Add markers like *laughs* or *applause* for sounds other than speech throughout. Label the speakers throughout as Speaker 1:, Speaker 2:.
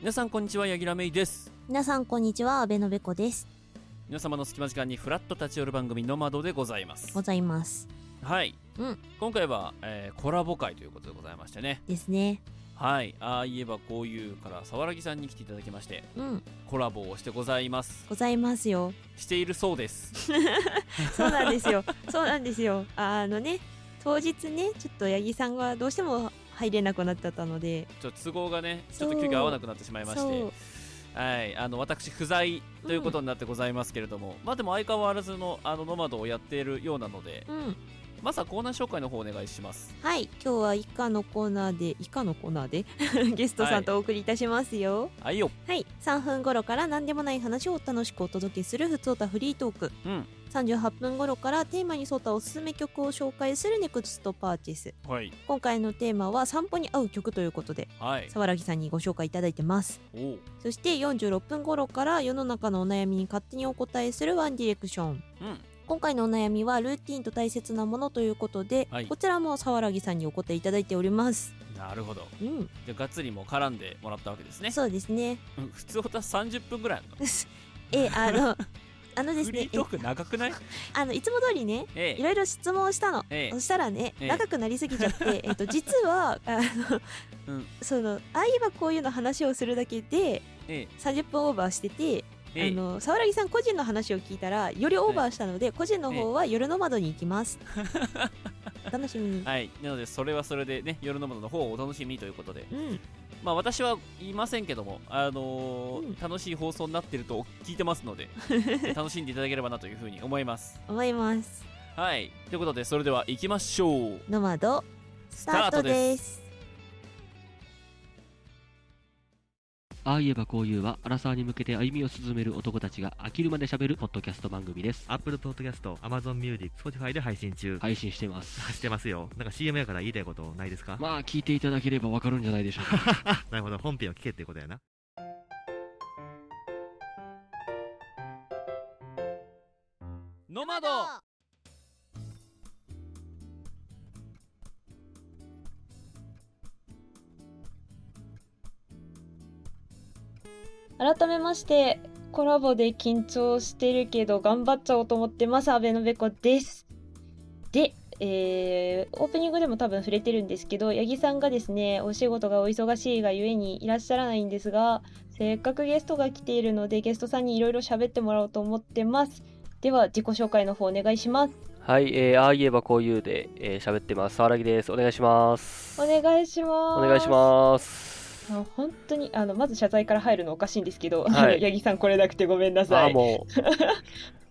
Speaker 1: 皆さんこんにちは、ヤギラメイです。
Speaker 2: 皆さんこんにちは、阿部のべこです。
Speaker 1: 皆様の隙間時間にフラッと立ち寄る番組の窓でございます
Speaker 2: ご。ざいます。
Speaker 1: はい。
Speaker 2: うん
Speaker 1: 今回は、えーコラボ会ということでございましてね。
Speaker 2: ですね。
Speaker 1: はい。ああ言えばこういうから、沢良木さんに来ていただきまして、
Speaker 2: うん、
Speaker 1: コラボをしてございます。
Speaker 2: ございますよ。
Speaker 1: しているそうです。
Speaker 2: そうなんです
Speaker 1: *laughs*
Speaker 2: よ。そうなんですよ。あのね、当日ね、ちょっと八木さんがどうしても入れなくなっちゃったので、
Speaker 1: ちょっと都合がね、ちょっ
Speaker 2: *laughs* そ
Speaker 1: と
Speaker 2: う
Speaker 1: 急遽合わなくなってしまいまし
Speaker 2: そう
Speaker 1: て。はい、あの私不在ということになってございますけれども、まあでも相変わらずのあのノマドをやっているようなので、
Speaker 2: うん、
Speaker 1: まずはコーナー紹介の方お願いします。
Speaker 2: はい、今日は以下のコーナーで、以下のコーナー
Speaker 1: *laughs*
Speaker 2: でゲストさんとお送りいたしますよ。
Speaker 1: はいよ、
Speaker 2: はい、3分頃から何でもない話を楽しくお届けするふつおたフリートーク。
Speaker 1: うん、
Speaker 2: 38分頃からテーマに沿ったおすすめ曲を紹介するネクストパーティス。
Speaker 1: はい、
Speaker 2: 今回のテーマは散歩に合う曲ということで、
Speaker 1: はい、
Speaker 2: 沢良木さんにご紹介いただいてます。
Speaker 1: おう
Speaker 2: そして46分頃から世の中のお悩みに勝手にお答えするワンディレクション。
Speaker 1: うん、
Speaker 2: 今回のお悩みはルーティンと大切なものということで、
Speaker 1: はい
Speaker 2: こちらも沢良木さんにお答えいただいております。
Speaker 1: なるほど。
Speaker 2: うん、
Speaker 1: じゃあがっつりもう絡んでもらったわけですね。
Speaker 2: そうですね。 *laughs*
Speaker 1: うん普通た30分ぐらいあるの。
Speaker 2: え、
Speaker 1: *laughs*
Speaker 2: あの、あのです
Speaker 1: フリ
Speaker 2: ね
Speaker 1: ー、トーク長くない？
Speaker 2: えあの、いつも通りね、
Speaker 1: え
Speaker 2: いろいろ質問をしたの。
Speaker 1: ええ
Speaker 2: そしたらね、
Speaker 1: ええ
Speaker 2: 長くなりすぎちゃって、え
Speaker 1: *laughs*
Speaker 2: っと、実は、あの、
Speaker 1: うん
Speaker 2: その、あ、今こういうの話をするだけで、
Speaker 1: え、え
Speaker 2: 30分オーバーしてて、
Speaker 1: え、え
Speaker 2: あ
Speaker 1: え、
Speaker 2: の沢良木さん個人の話を聞いたらよりオーバーしたので、個人の方は夜の窓に行き *laughs* ます、お楽しみに、
Speaker 1: はい。なのでそれはそれでね、夜のものの方をお楽しみということで、
Speaker 2: うん
Speaker 1: まあ私は言いませんけども、あのー
Speaker 2: うん
Speaker 1: 楽しい放送になってると聞いてますの
Speaker 2: *laughs*
Speaker 1: で、楽しんでいただければなというふうに思います。
Speaker 2: 思います
Speaker 1: はい。ということでそれでは行きましょう。
Speaker 2: の窓
Speaker 1: ス。
Speaker 2: スタートですす
Speaker 3: ああ言えばこう言うは、アラサーに向けて歩みを進める男たちが飽きるまで喋るポッドキャスト番組です。
Speaker 4: Apple Podcast、Amazon Music、Spotify で配信中。
Speaker 3: 配信してます。
Speaker 5: *laughs*
Speaker 4: してますよ。なんか CM やから言いたいことないですか、
Speaker 3: まあ、聞いていただければわかるんじゃないでしょうか。
Speaker 4: なるほど。本編を聞けってことやな。
Speaker 1: ノマド。
Speaker 2: 改めましてコラボで緊張してるけど頑張っちゃおうと思ってます阿部のべこですで、えー、オープニングでも多分触れてるんですけど八木さんがですねお仕事がお忙しいがゆえにいらっしゃらないんですがせっかくゲストが来ているのでゲストさんにいろいろ喋ってもらおうと思ってますでは自己紹介の方お願いします
Speaker 5: はい、えー、ああ言えばこう言うで、えー、喋ってます。沢良木です。お願いします。
Speaker 2: お願いします
Speaker 5: お願いします。
Speaker 2: あの本当にあのまず謝罪から入るのおかしいんですけど、
Speaker 5: はい
Speaker 2: あの *laughs* 八木さんこれなくてごめんな
Speaker 5: あ
Speaker 2: さ
Speaker 5: あ、
Speaker 2: い
Speaker 5: もう、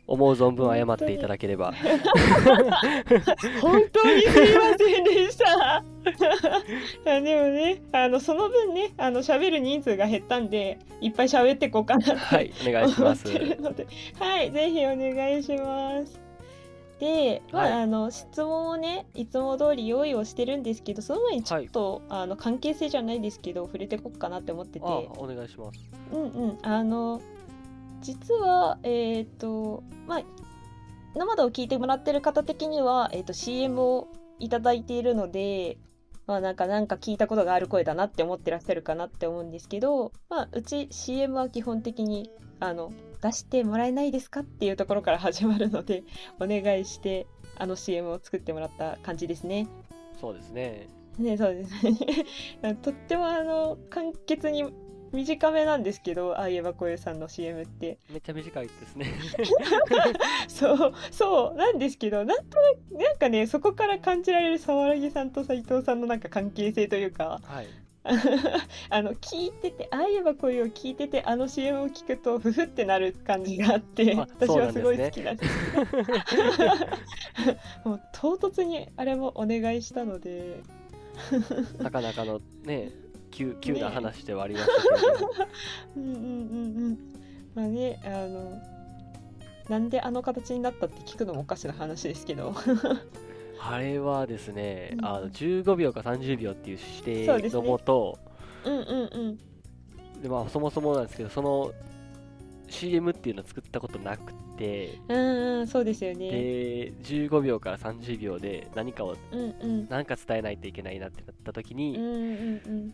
Speaker 2: *laughs*
Speaker 5: 思う存分謝っていただければ。
Speaker 2: 本当にすいませんでした *laughs* いやでもねあのその分ねあの喋る人数が減ったんでいっぱい喋ってこうかなっ
Speaker 5: は
Speaker 2: て
Speaker 5: い、お願いし
Speaker 2: 思
Speaker 5: ま
Speaker 2: っ
Speaker 5: す。
Speaker 2: てるのではいぜひお願いしますで、まあ
Speaker 5: はい
Speaker 2: あの質問をねいつも通り用意をしてるんですけどその前にちょっと、あの関係性じゃないですけど触れてこっかなって思ってて
Speaker 5: ああ、お願いします。
Speaker 2: うんうんあの実はえっ、とまあノマドを聞いてもらってる方的には、えー、と CM をいただいているのでまあなんかなんか聞いたことがある声だなって思ってらっしゃるかなって思うんですけど、まあ、うち CM は基本的にあの出してもらえないですかっていうところから始まるのでお願いしてあの CM を作ってもらった感じですね。
Speaker 5: そうですね。
Speaker 2: ね、そうですね。 *laughs* とってもあの簡潔に短めなんですけど、ああ言えばこういうさんの CM って。
Speaker 5: めっちゃ短いです
Speaker 2: *laughs*
Speaker 5: ね。
Speaker 2: そう、そう、なんですけど、なんとなく、なんかね、そこから感じられる沢良木さんと斉藤さんのなんか関係性というか、 *laughs*
Speaker 5: はい。
Speaker 2: あの、聞いてて、ああ言えばこういうを聞いてて、あの CM を聞くと、ふふってなる感じがあって、
Speaker 5: あ
Speaker 2: 私
Speaker 5: そうな
Speaker 2: は
Speaker 5: ん
Speaker 2: す
Speaker 5: ですね
Speaker 2: ごい好きなんです。 *laughs* もう唐突にあれもお願いしたので、
Speaker 5: なかなかのね、急、急な
Speaker 2: ね
Speaker 5: 話ではありましたけれども。
Speaker 2: うんうんうんうんまあねあのなんであの形になったって聞くのもおかしな話ですけど
Speaker 5: あれはですね
Speaker 2: う、ん
Speaker 5: あの、15秒か30秒っていう指
Speaker 2: そうで
Speaker 5: 定
Speaker 2: す
Speaker 5: の
Speaker 2: ね
Speaker 5: もと、
Speaker 2: うんうんうん
Speaker 5: でまあ、そもそもなんですけど、その CM っていうのを作ったことなくて、
Speaker 2: うんうんそうですよね
Speaker 5: で15秒から30秒で何かを
Speaker 2: うんうん
Speaker 5: 何か伝えないといけないなってなった時
Speaker 2: うん
Speaker 5: に、
Speaker 2: うんうん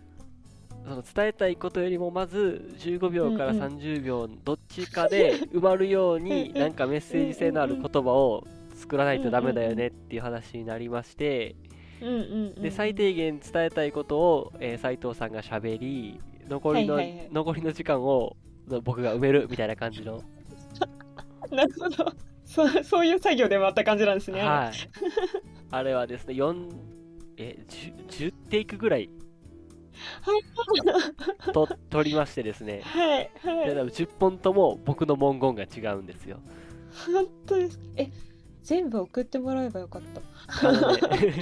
Speaker 5: その伝えたいことよりもまず15秒から
Speaker 2: うんうん
Speaker 5: 30秒どっちか
Speaker 2: *laughs*
Speaker 5: で埋まるよう
Speaker 2: うんう
Speaker 5: に
Speaker 2: ん
Speaker 5: なんかメッセージ性のある言葉を作らないとダメだよねっていう話になりまして
Speaker 2: うんうんうん
Speaker 5: で最低限伝えたいことを、えー斉藤さんがしゃべり残りの、
Speaker 2: はいはいはい
Speaker 5: 残りの時間を僕が埋めるみたいな感じの、
Speaker 2: なるほど *laughs* そうそういう作業でもあった感じなん *laughs* ですね、
Speaker 5: はい、あれはですね4え 10, 10テイクぐら
Speaker 2: *laughs*
Speaker 5: い
Speaker 2: はい
Speaker 5: と取りましてですね
Speaker 2: はいはい
Speaker 5: で多分10本とも僕の文言が違うんですよ。
Speaker 2: 本当ですかえ全部送ってもらえばよかった
Speaker 5: なので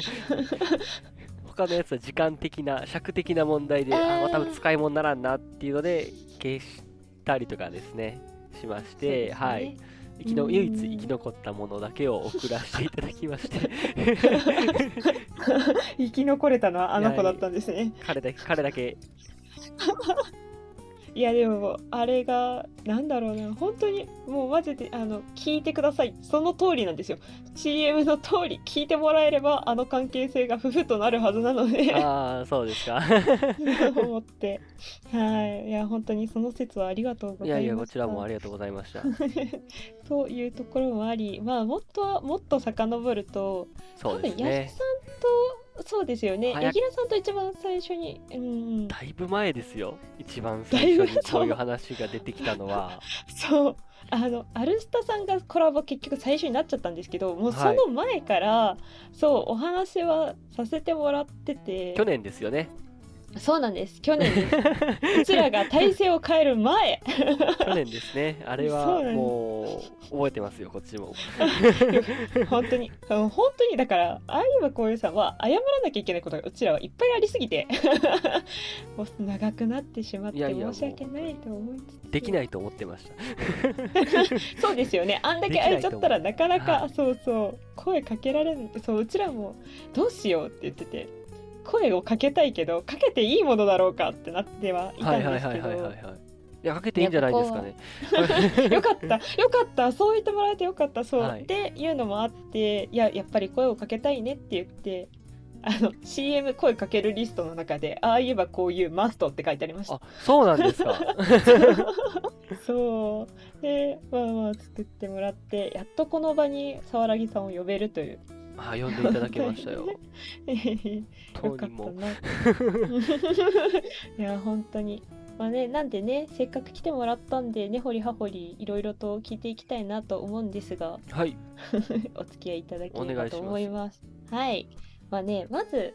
Speaker 5: *laughs* 他のやつは時間的な尺的な問題で、あ
Speaker 2: あー
Speaker 5: まあ多分使い物にならんなっていうので消したりとかですねしまし
Speaker 2: そう
Speaker 5: て、
Speaker 2: ですね
Speaker 5: はい生き
Speaker 2: う
Speaker 5: の
Speaker 2: ん
Speaker 5: 唯一生き残ったものだけを送らせていただきまして
Speaker 2: *laughs* 生き残れたのはあの子だったんですね
Speaker 5: 彼だけ彼だけ
Speaker 2: いやでもあれがなんだろうな本当にもうマジであの聞いてくださいその通りなんですよ CM の通り聞いてもらえればあの関係性が夫婦となるはずなので
Speaker 5: ああそうですか
Speaker 2: 思ってはいいや本当にその説はありがとうご
Speaker 5: い
Speaker 2: ざ
Speaker 5: やい
Speaker 2: い
Speaker 5: や
Speaker 2: ま
Speaker 5: こ
Speaker 2: し
Speaker 5: ち
Speaker 2: た
Speaker 5: らも
Speaker 2: *laughs*
Speaker 5: ありがとうございました
Speaker 2: というところもありまあもっとはもっと遡ると
Speaker 5: そうです
Speaker 2: 多分八木
Speaker 5: ね
Speaker 2: さんとそうですよね
Speaker 5: 早く
Speaker 2: 八木田さんと一番最初にうん
Speaker 5: だいぶ前ですよ一番最初
Speaker 2: だいぶ
Speaker 5: に
Speaker 2: そう
Speaker 5: そういう話が出てきたのは
Speaker 2: そうあのアルスタさんがコラボ結局最初になっちゃったんですけどもう
Speaker 5: は
Speaker 2: そ
Speaker 5: い
Speaker 2: の前から、そうお話はさせてもらってて
Speaker 5: 去年ですよね
Speaker 2: そうなんです去年です *laughs* うちらが体制を変える前 *laughs*
Speaker 5: 去年ですね、あれ
Speaker 2: そう
Speaker 5: は
Speaker 2: なんです
Speaker 5: もう覚えてますよ、こっちも。
Speaker 2: 本当にうん本当にだからああいえばこういうさんは謝らなきゃいけないことがうちらはいっぱいありすぎて *laughs* もう長くなってしまって
Speaker 5: いやいや
Speaker 2: 申し訳ないと思いつつ
Speaker 5: できないと思ってました。
Speaker 2: そうですよね。あんだけ
Speaker 5: できない
Speaker 2: 会えちゃったらなかなか、
Speaker 5: はい
Speaker 2: そうそう声かけられんそううちらもどうしようって言ってて声をかけたいけどかけていいものだろうかってなってはいた
Speaker 5: はい
Speaker 2: ん
Speaker 5: はい
Speaker 2: です
Speaker 5: は
Speaker 2: け
Speaker 5: いはいはい
Speaker 2: ど。
Speaker 5: はい。いや、かけていいんじゃないですかね。
Speaker 2: よかったよかったそう言ってもらえてよかったそう、
Speaker 5: はい
Speaker 2: っていうのもあっていややっぱり声をかけたいねって言ってあの CM 声かけるリストの中でああ言えばこういうマストって書いてありました
Speaker 5: あ、そうなんですか。
Speaker 2: そうでまあまあ作ってもらってやっとこの場に沢良木さんを呼べるという
Speaker 5: あ、呼んでいただけました
Speaker 2: *laughs*
Speaker 5: よ。
Speaker 2: よ
Speaker 5: 当
Speaker 2: か
Speaker 5: 人
Speaker 2: っ
Speaker 5: も。
Speaker 2: たな *laughs* いや本当にまあねなんでねせっかく来てもらったんで根掘り葉掘りいろいろと聞いていきたいなと思うんですが *laughs*
Speaker 5: はい、
Speaker 2: お付き合いいただけ
Speaker 5: お
Speaker 2: れ
Speaker 5: 願
Speaker 2: ば
Speaker 5: いし
Speaker 2: と
Speaker 5: ます
Speaker 2: 思いますはいまあねまず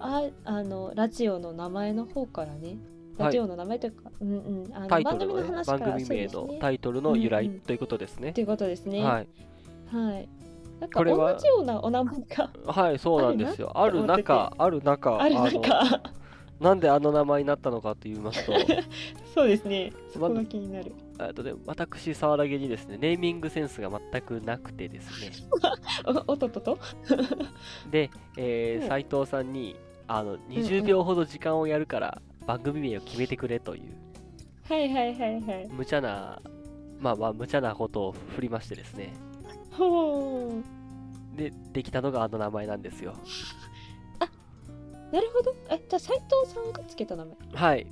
Speaker 2: ああのラジオの名前の方からね
Speaker 5: はい
Speaker 2: ラジオの名前というか、うんうんあの
Speaker 5: タイト
Speaker 2: 番
Speaker 5: ル
Speaker 2: 組
Speaker 5: の
Speaker 2: の
Speaker 5: ね、
Speaker 2: 話か
Speaker 5: 番
Speaker 2: ら
Speaker 5: 組名
Speaker 2: そうで
Speaker 5: の
Speaker 2: すね
Speaker 5: タイトルの由
Speaker 2: う
Speaker 5: 来
Speaker 2: んうん
Speaker 5: ということですね
Speaker 2: と。いうことですね
Speaker 5: はい、
Speaker 2: はいなんか
Speaker 5: これは
Speaker 2: 同じようなお名前が
Speaker 5: はい、そうなんですよ。あ
Speaker 2: る
Speaker 5: る
Speaker 2: なって思っ
Speaker 5: 中、ある中、
Speaker 2: あるなん
Speaker 5: あ
Speaker 2: か
Speaker 5: のなんであの名前になったのかと言いますと、
Speaker 2: *laughs* そうですねそ
Speaker 5: ま
Speaker 2: こ
Speaker 5: ず
Speaker 2: が気になる
Speaker 5: えっとね、私、沢良げにですね、ネーミングセンスが全くなくてですね、
Speaker 2: おおっとっとっと
Speaker 5: で、え
Speaker 2: うん
Speaker 5: 斎藤さんにあの
Speaker 2: う
Speaker 5: 20
Speaker 2: ん
Speaker 5: 秒ほど時間をやるから番組名を決めてくれという
Speaker 2: はいはいはいはい。
Speaker 5: 無茶なまあまあ無茶なことを振りましてですね
Speaker 2: ほう。
Speaker 5: でできたのがあの名前なんですよ
Speaker 2: なるほど。え、じゃあ斉藤さんがつけた名前。
Speaker 5: はい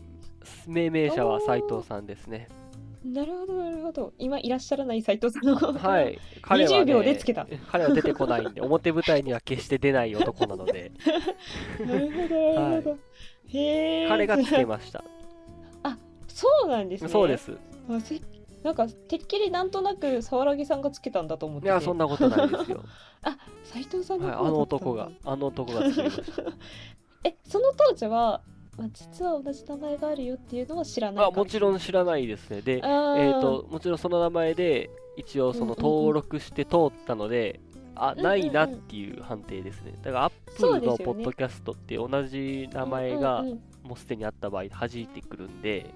Speaker 5: 命名者は斎藤さんですね
Speaker 2: なるほどなるほど。今いらっしゃらない斉藤さんの。
Speaker 5: は。い彼は、ね、
Speaker 2: 20秒でつけた
Speaker 5: 彼は出てこないんで表舞台には決して出ない男なの
Speaker 2: *laughs*
Speaker 5: で
Speaker 2: なるほどなるほど。へえ。
Speaker 5: 彼がつけ
Speaker 2: ま
Speaker 5: ました
Speaker 2: そうなんですね。
Speaker 5: そうで。す
Speaker 2: あせなんかてっきりなんとなく沢良木さんがつけたんだと思っ
Speaker 5: い
Speaker 2: てて。
Speaker 5: やそんなことないですよ、
Speaker 2: 斉藤さん
Speaker 5: はい、
Speaker 2: の
Speaker 5: あ
Speaker 2: 方だったんだ
Speaker 5: の男が。あの男がつけました
Speaker 2: え、その当時は、まあ、実は同じ名前があるよっていうのは知らない
Speaker 5: あもちろん
Speaker 2: 知
Speaker 5: 知らないですねで
Speaker 2: らな
Speaker 5: え
Speaker 2: い。え
Speaker 5: ー、ともちろんその名前で一応その
Speaker 2: うんうんうん
Speaker 5: 登録して通ったので、あ
Speaker 2: んうん
Speaker 5: ないなっていう判定ですねだからアップ
Speaker 2: そう
Speaker 5: ル
Speaker 2: ですよ
Speaker 5: の
Speaker 2: ね
Speaker 5: ポッドキャストって同じ名前が
Speaker 2: うんうんうん
Speaker 5: もうすでにあった場合弾いてくるんで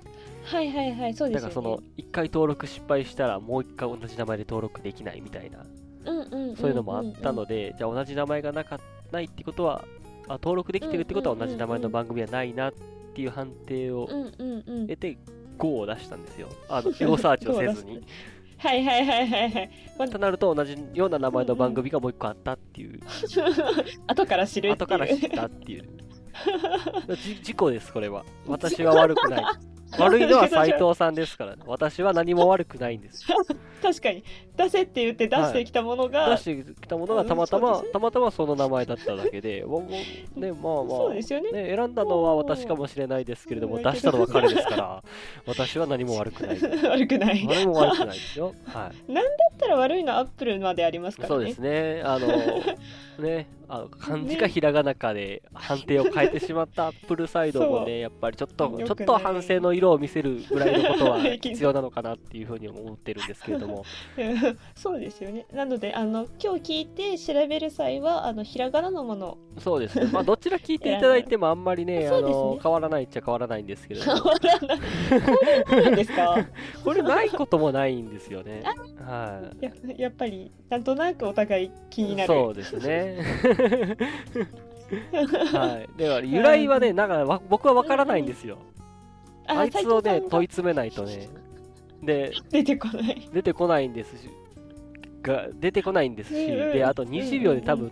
Speaker 2: はいはいはいそうで
Speaker 5: だ
Speaker 2: す
Speaker 5: か
Speaker 2: よ
Speaker 5: ら
Speaker 2: ね
Speaker 5: その1回登録失敗したらもう1回同じ名前で登録できないみたいな
Speaker 2: うんうんんんん
Speaker 5: そういうのもあったのでじゃあ同じ名前がなかないってことはあ登録できてるってことは
Speaker 2: うんう
Speaker 5: 同
Speaker 2: んうんう
Speaker 5: じ
Speaker 2: ん
Speaker 5: 名前の番組はないなっていう判定を
Speaker 2: うんうんうん
Speaker 5: 得て5を出したんですよあのエゴサーチをせずに
Speaker 2: 5を出して。はいはいはいはい
Speaker 5: *laughs*
Speaker 2: はい。
Speaker 5: となると同じような名前の番組がもう一個あったっていう、
Speaker 2: 後から知るっていう。 *laughs*
Speaker 5: 後から知ったっていうじ事故です、これは。私は悪くない。悪いのは斎藤さんですからね。私は何も悪くないんです。
Speaker 2: *laughs* 確かに出せって言って出してきたものが、
Speaker 5: 出してきたものがたまた
Speaker 2: あ
Speaker 5: ま
Speaker 2: そうですね
Speaker 5: たまたまその名前だっただけで、わわね、まあま
Speaker 2: そう
Speaker 5: あ、
Speaker 2: ですよね
Speaker 5: ね、選んだのは私かもしれないですけれども、
Speaker 2: うん
Speaker 5: 出したのは彼ですから、私は何も悪くない。
Speaker 2: *laughs* 悪くない
Speaker 5: 何も悪くないですよ。は
Speaker 2: だったら悪いのはアップルまであります
Speaker 5: い、
Speaker 2: からね
Speaker 5: そうですね、あ
Speaker 2: *laughs*
Speaker 5: の、ね、あの漢字かひらがなかで判定を変えてしまったアップルサイドも
Speaker 2: そう
Speaker 5: ね、やっぱりちょっと、
Speaker 2: 良
Speaker 5: ちょ
Speaker 2: く
Speaker 5: っ
Speaker 2: ない
Speaker 5: と反省の色を見せるぐらいのこと
Speaker 2: *laughs*
Speaker 5: は
Speaker 2: 平気
Speaker 5: 必要なのかなっていうふうに思ってるんですけれども、
Speaker 2: *laughs* うんそうですよねなのであの今日聞いて調べる際はあのひらがなのもの
Speaker 5: そうですね、まあ、どちら聞いていただいてもあんまりね、あ
Speaker 2: そうですね
Speaker 5: の変わらないっちゃ変わらないんですけれど
Speaker 2: 変
Speaker 5: も、
Speaker 2: わらないこういうものなんで
Speaker 5: *laughs*
Speaker 2: すか
Speaker 5: これないこともないんですよね。はい
Speaker 2: ややっぱりなんとなくお互い気になる
Speaker 5: そうです
Speaker 2: *laughs*
Speaker 5: ね。はい、では由来はね、なんかわ僕は分からないんですよ。あいつをね
Speaker 2: 斉藤さんが
Speaker 5: 問い詰めないとね。で
Speaker 2: 出てこない
Speaker 5: 出てこないんですし、が出てこないんですし、
Speaker 2: うんうん
Speaker 5: であと20秒で多
Speaker 2: う
Speaker 5: 分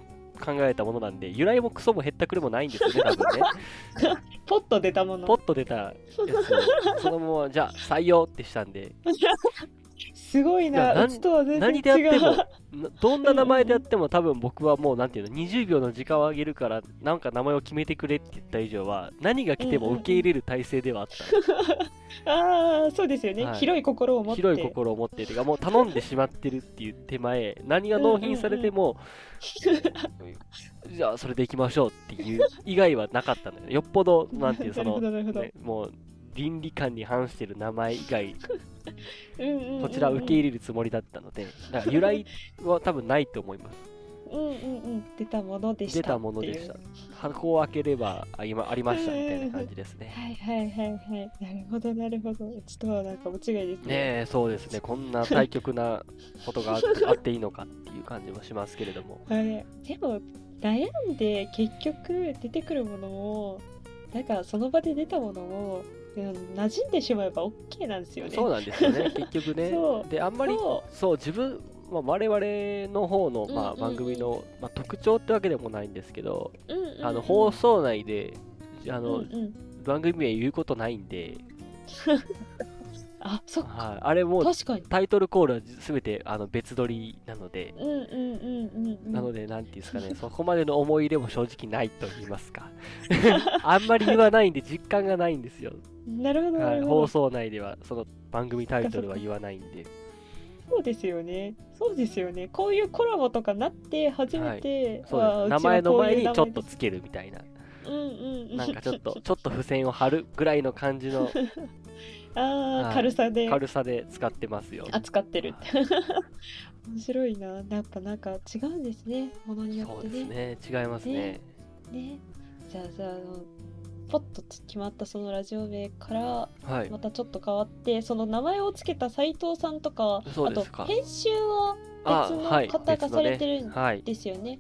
Speaker 5: 考えたものなんで、由来もクソもへったくれもないんです
Speaker 2: *laughs*
Speaker 5: よね、多分ね。
Speaker 2: ポッと出たも
Speaker 5: ポ
Speaker 2: の
Speaker 5: ッと出たやつをそのままじゃあ採用ってしたんで、
Speaker 2: すごい
Speaker 5: いや
Speaker 2: な
Speaker 5: な
Speaker 2: うちとは全然違
Speaker 5: 何
Speaker 2: う
Speaker 5: であってもなどんな名前であっても多分僕はもうなんていうの20秒の時間をあげるからなんか名前を決めてくれって言った以上は何が来ても受け入れる体制ではあった、
Speaker 2: ああそうですよね、
Speaker 5: はい
Speaker 2: 広い心を持って
Speaker 5: 広い心を持っててかもう頼んでしまってるっていう手前何が納品されて
Speaker 2: *laughs*
Speaker 5: も、じゃあそれでいきましょうっていう以外はなかったんだよねよっぽどなんていうその、
Speaker 2: *laughs* なるほどな
Speaker 5: ね
Speaker 2: る
Speaker 5: もう倫理観に反してる名前以外
Speaker 2: ほど、うんうんうんうん
Speaker 5: こちら受け入れるつもりだったのでだから由来は多分ないと思います
Speaker 2: うんうんうん出たものでした
Speaker 5: 出たものでし
Speaker 2: ったていう
Speaker 5: 箱を開ければあ今ありましたみたいな感じですね。
Speaker 2: はいはいはいはいなるほどなるほどうちとはなんかお違いで
Speaker 5: ね
Speaker 2: す
Speaker 5: えそうですねこんな対極なことがああっていいのかっていう感じもしますけれども
Speaker 2: あれでも悩んで結局出てくるものもなんかその場で出たものもうん馴染んでしまえば OK なんですよね。
Speaker 5: そうなんですよ
Speaker 2: *laughs*
Speaker 5: ね結局ね
Speaker 2: そう
Speaker 5: であんまり
Speaker 2: そ
Speaker 5: そう自分、まあ、我々の方の、まあ、
Speaker 2: うんうんう
Speaker 5: 番
Speaker 2: ん
Speaker 5: 組の、まあ、特徴ってわけでもないんですけど
Speaker 2: ううんうんうん
Speaker 5: あの放送内であ
Speaker 2: うんう
Speaker 5: の
Speaker 2: ん
Speaker 5: 番組名言うことないんで、
Speaker 2: あそっか
Speaker 5: はい、あれもう
Speaker 2: 確かに。
Speaker 5: タイトルコールは全てあの別撮りなので
Speaker 2: うんうんうんうんうん。
Speaker 5: なので、なんていうんですかね、 *laughs* そこまでの思い入れも正直ないと言いますか。 *laughs* あんまり言わないんで、実感がないんですよ。
Speaker 2: なるほどな
Speaker 5: はい、
Speaker 2: る
Speaker 5: 放
Speaker 2: ほど。
Speaker 5: 送内では、その番組タイトルは言わないんで。
Speaker 2: そうですよね。そうですよね。こういうコラボとかなって初めて、
Speaker 5: そう
Speaker 2: わ
Speaker 5: で
Speaker 2: あ
Speaker 5: す。名前の前にちょっ。と
Speaker 2: うちはこ
Speaker 5: つけるみたいな。
Speaker 2: ういう名前ですうんうんうん。
Speaker 5: なんかちょっと、ちょっと付箋を貼るぐらいの感じの
Speaker 2: あ
Speaker 5: は
Speaker 2: *laughs* あ
Speaker 5: い
Speaker 2: 軽さで
Speaker 5: 軽さで使ってますよ。
Speaker 2: 扱ってるって *laughs* 面白いなやっぱなんか違うんですねものによ
Speaker 5: そ
Speaker 2: っ
Speaker 5: う
Speaker 2: て
Speaker 5: で
Speaker 2: ねね
Speaker 5: すね。違いますね。
Speaker 2: じゃあじゃああのポッと決まったそのラジオ名から
Speaker 5: はい。
Speaker 2: またちょっと変わってその名前をつけた斉藤さんとか
Speaker 5: そうですか
Speaker 2: あと編集は
Speaker 5: あ、
Speaker 2: 別の
Speaker 5: はい。
Speaker 2: 方がされてる
Speaker 5: 別のねはい。
Speaker 2: ですよね。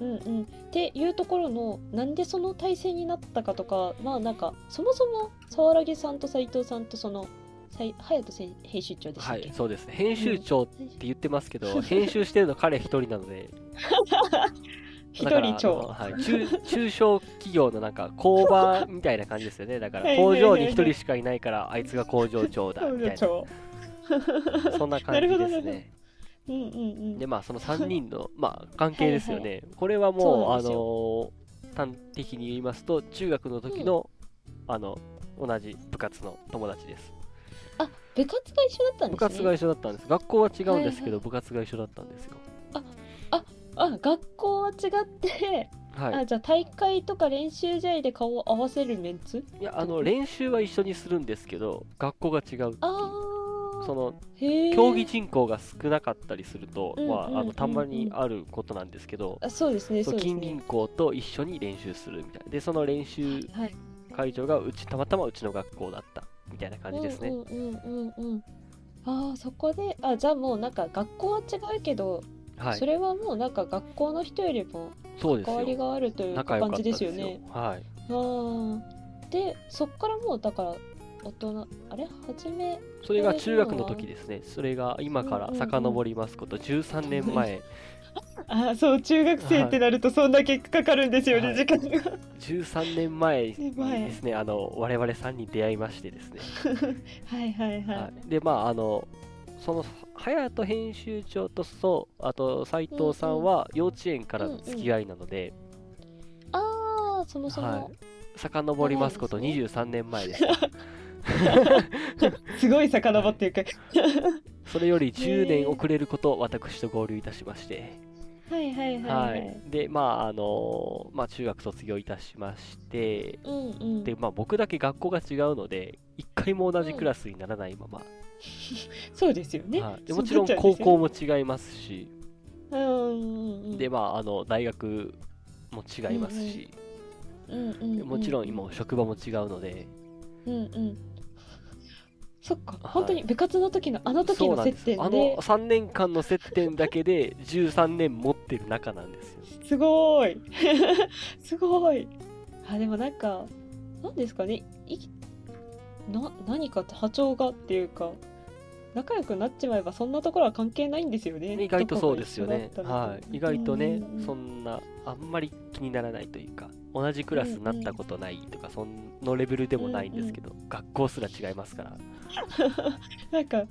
Speaker 2: うんうん、っていうところのなんでその体制になったかとかまあなんかそもそも沢良さんと斉藤さんとそのさい隼人編集長でした
Speaker 5: は
Speaker 2: っけ、
Speaker 5: い、そうですね。編集長って言ってますけど、編集してるの彼一人なので、
Speaker 2: *laughs* 一
Speaker 5: だから
Speaker 2: 人
Speaker 5: あの
Speaker 2: 超
Speaker 5: はい、中 *laughs* 中小企業のなんか工場みたいな感じですよねだか
Speaker 2: は
Speaker 5: ら
Speaker 2: いはいは
Speaker 5: 工場
Speaker 2: い
Speaker 5: に一人しかいないからあいつが工場長だ
Speaker 2: 彼
Speaker 5: みた
Speaker 2: 女
Speaker 5: いな
Speaker 2: 超
Speaker 5: そんな感じ
Speaker 2: なるほど
Speaker 5: で
Speaker 2: なる
Speaker 5: す
Speaker 2: ほど
Speaker 5: ね
Speaker 2: うんうんう
Speaker 5: で
Speaker 2: ん
Speaker 5: まあその3人のまあ関係ですよね、これは
Speaker 2: そう
Speaker 5: もう
Speaker 2: なん
Speaker 5: あ
Speaker 2: です
Speaker 5: の端的に言いますと中学の時の、あの同じ部活の友達です
Speaker 2: あ部活が一緒だったん
Speaker 5: 部
Speaker 2: です
Speaker 5: 活
Speaker 2: ね
Speaker 5: が一緒だったんです学校は違うんですけ
Speaker 2: はい
Speaker 5: ど、
Speaker 2: はい
Speaker 5: 部活が一緒だったんですよ
Speaker 2: あ学校は違って、
Speaker 5: はい
Speaker 2: あじゃあ大会とか練習試合で顔を合わせるメンツ
Speaker 5: いやあの練習は一緒にするんですけど学校が違うってい
Speaker 2: あ
Speaker 5: う
Speaker 2: ー
Speaker 5: その
Speaker 2: へー
Speaker 5: 競技人口が少なかったりすると、
Speaker 2: うん
Speaker 5: ま
Speaker 2: うん
Speaker 5: あ、あ
Speaker 2: うんう
Speaker 5: の
Speaker 2: ん
Speaker 5: たまにあることなんですけど、
Speaker 2: あそうですね
Speaker 5: そ
Speaker 2: そう
Speaker 5: う
Speaker 2: です
Speaker 5: 近
Speaker 2: ね
Speaker 5: 隣校と一緒に練習するみたいなでその練習
Speaker 2: はい
Speaker 5: 会場がうちたまたまうちの学校だったみたいな感じですね、
Speaker 2: うんうんうんうんうんあーそこであじゃあもうなんか学校は違うけど、
Speaker 5: はい
Speaker 2: それはもうなんか学校の人よりも
Speaker 5: そうです
Speaker 2: 関わり
Speaker 5: よ
Speaker 2: があるという
Speaker 5: 仲良か
Speaker 2: 感
Speaker 5: った
Speaker 2: じ
Speaker 5: で
Speaker 2: です
Speaker 5: す
Speaker 2: よ
Speaker 5: よ
Speaker 2: ね
Speaker 5: はい
Speaker 2: あーでそっからもうだから大人あれ初め
Speaker 5: それが中学の時ですね。それが今から遡りますこと13年
Speaker 2: *laughs*
Speaker 5: 前。
Speaker 2: あーそう中学生ってなるとそんだけかかるんですよね、
Speaker 5: はい
Speaker 2: 時間が
Speaker 5: 13年前に
Speaker 2: 前
Speaker 5: ですね、あの、我々3人出会いましてですね。
Speaker 2: はいはいはい、
Speaker 5: はい、で、まあ、あの、その、隼人編集長と、そう、あと斉藤さんは幼稚園からの付き合いなので、
Speaker 2: ああそもそも、
Speaker 5: はい遡りますこと23年前です。
Speaker 2: すごい遡っていく、
Speaker 5: それより10
Speaker 2: へ
Speaker 5: 年
Speaker 2: ー
Speaker 5: 遅れること、私と合流いたしまして。
Speaker 2: はい、はいはいはい、
Speaker 5: はい。で、まあ、あの、まあ、中学卒業いたしまして、
Speaker 2: うんうん
Speaker 5: で、まあ、僕だけ学校が違うので、一回も同じクラスにならないまま。
Speaker 2: そうですよね、
Speaker 5: はい、で
Speaker 2: そう
Speaker 5: も
Speaker 2: なっ
Speaker 5: ちろん
Speaker 2: ゃうん
Speaker 5: 高
Speaker 2: ですよ
Speaker 5: 校も違いますし、
Speaker 2: うんうんうん
Speaker 5: で、まあ、あの、大学も違いますし、
Speaker 2: うんうんう
Speaker 5: もちろん今、職場も違うので、
Speaker 2: うんうんそっか、
Speaker 5: い
Speaker 2: 本当に部活の時のあの時
Speaker 5: そう
Speaker 2: の
Speaker 5: なん
Speaker 2: 接
Speaker 5: です
Speaker 2: 点
Speaker 5: あの
Speaker 2: で
Speaker 5: 3年間の接点だけで13年持ってる仲なんですよ。
Speaker 2: すごーい *laughs* すごいあでもなんかなんですかねいな何か波長がっていうか仲良くなっちまえばそんなところは関係ないんですよね
Speaker 5: 意外とそうですよね。
Speaker 2: どこが
Speaker 5: は
Speaker 2: 一緒だったのか
Speaker 5: い、意外とね
Speaker 2: うんうんう、ん
Speaker 5: そんな、あんまり気にならないというか、同じクラスになったことないとか、そのレベルでもないんですけど、学校すら違いますから。
Speaker 2: なんか確か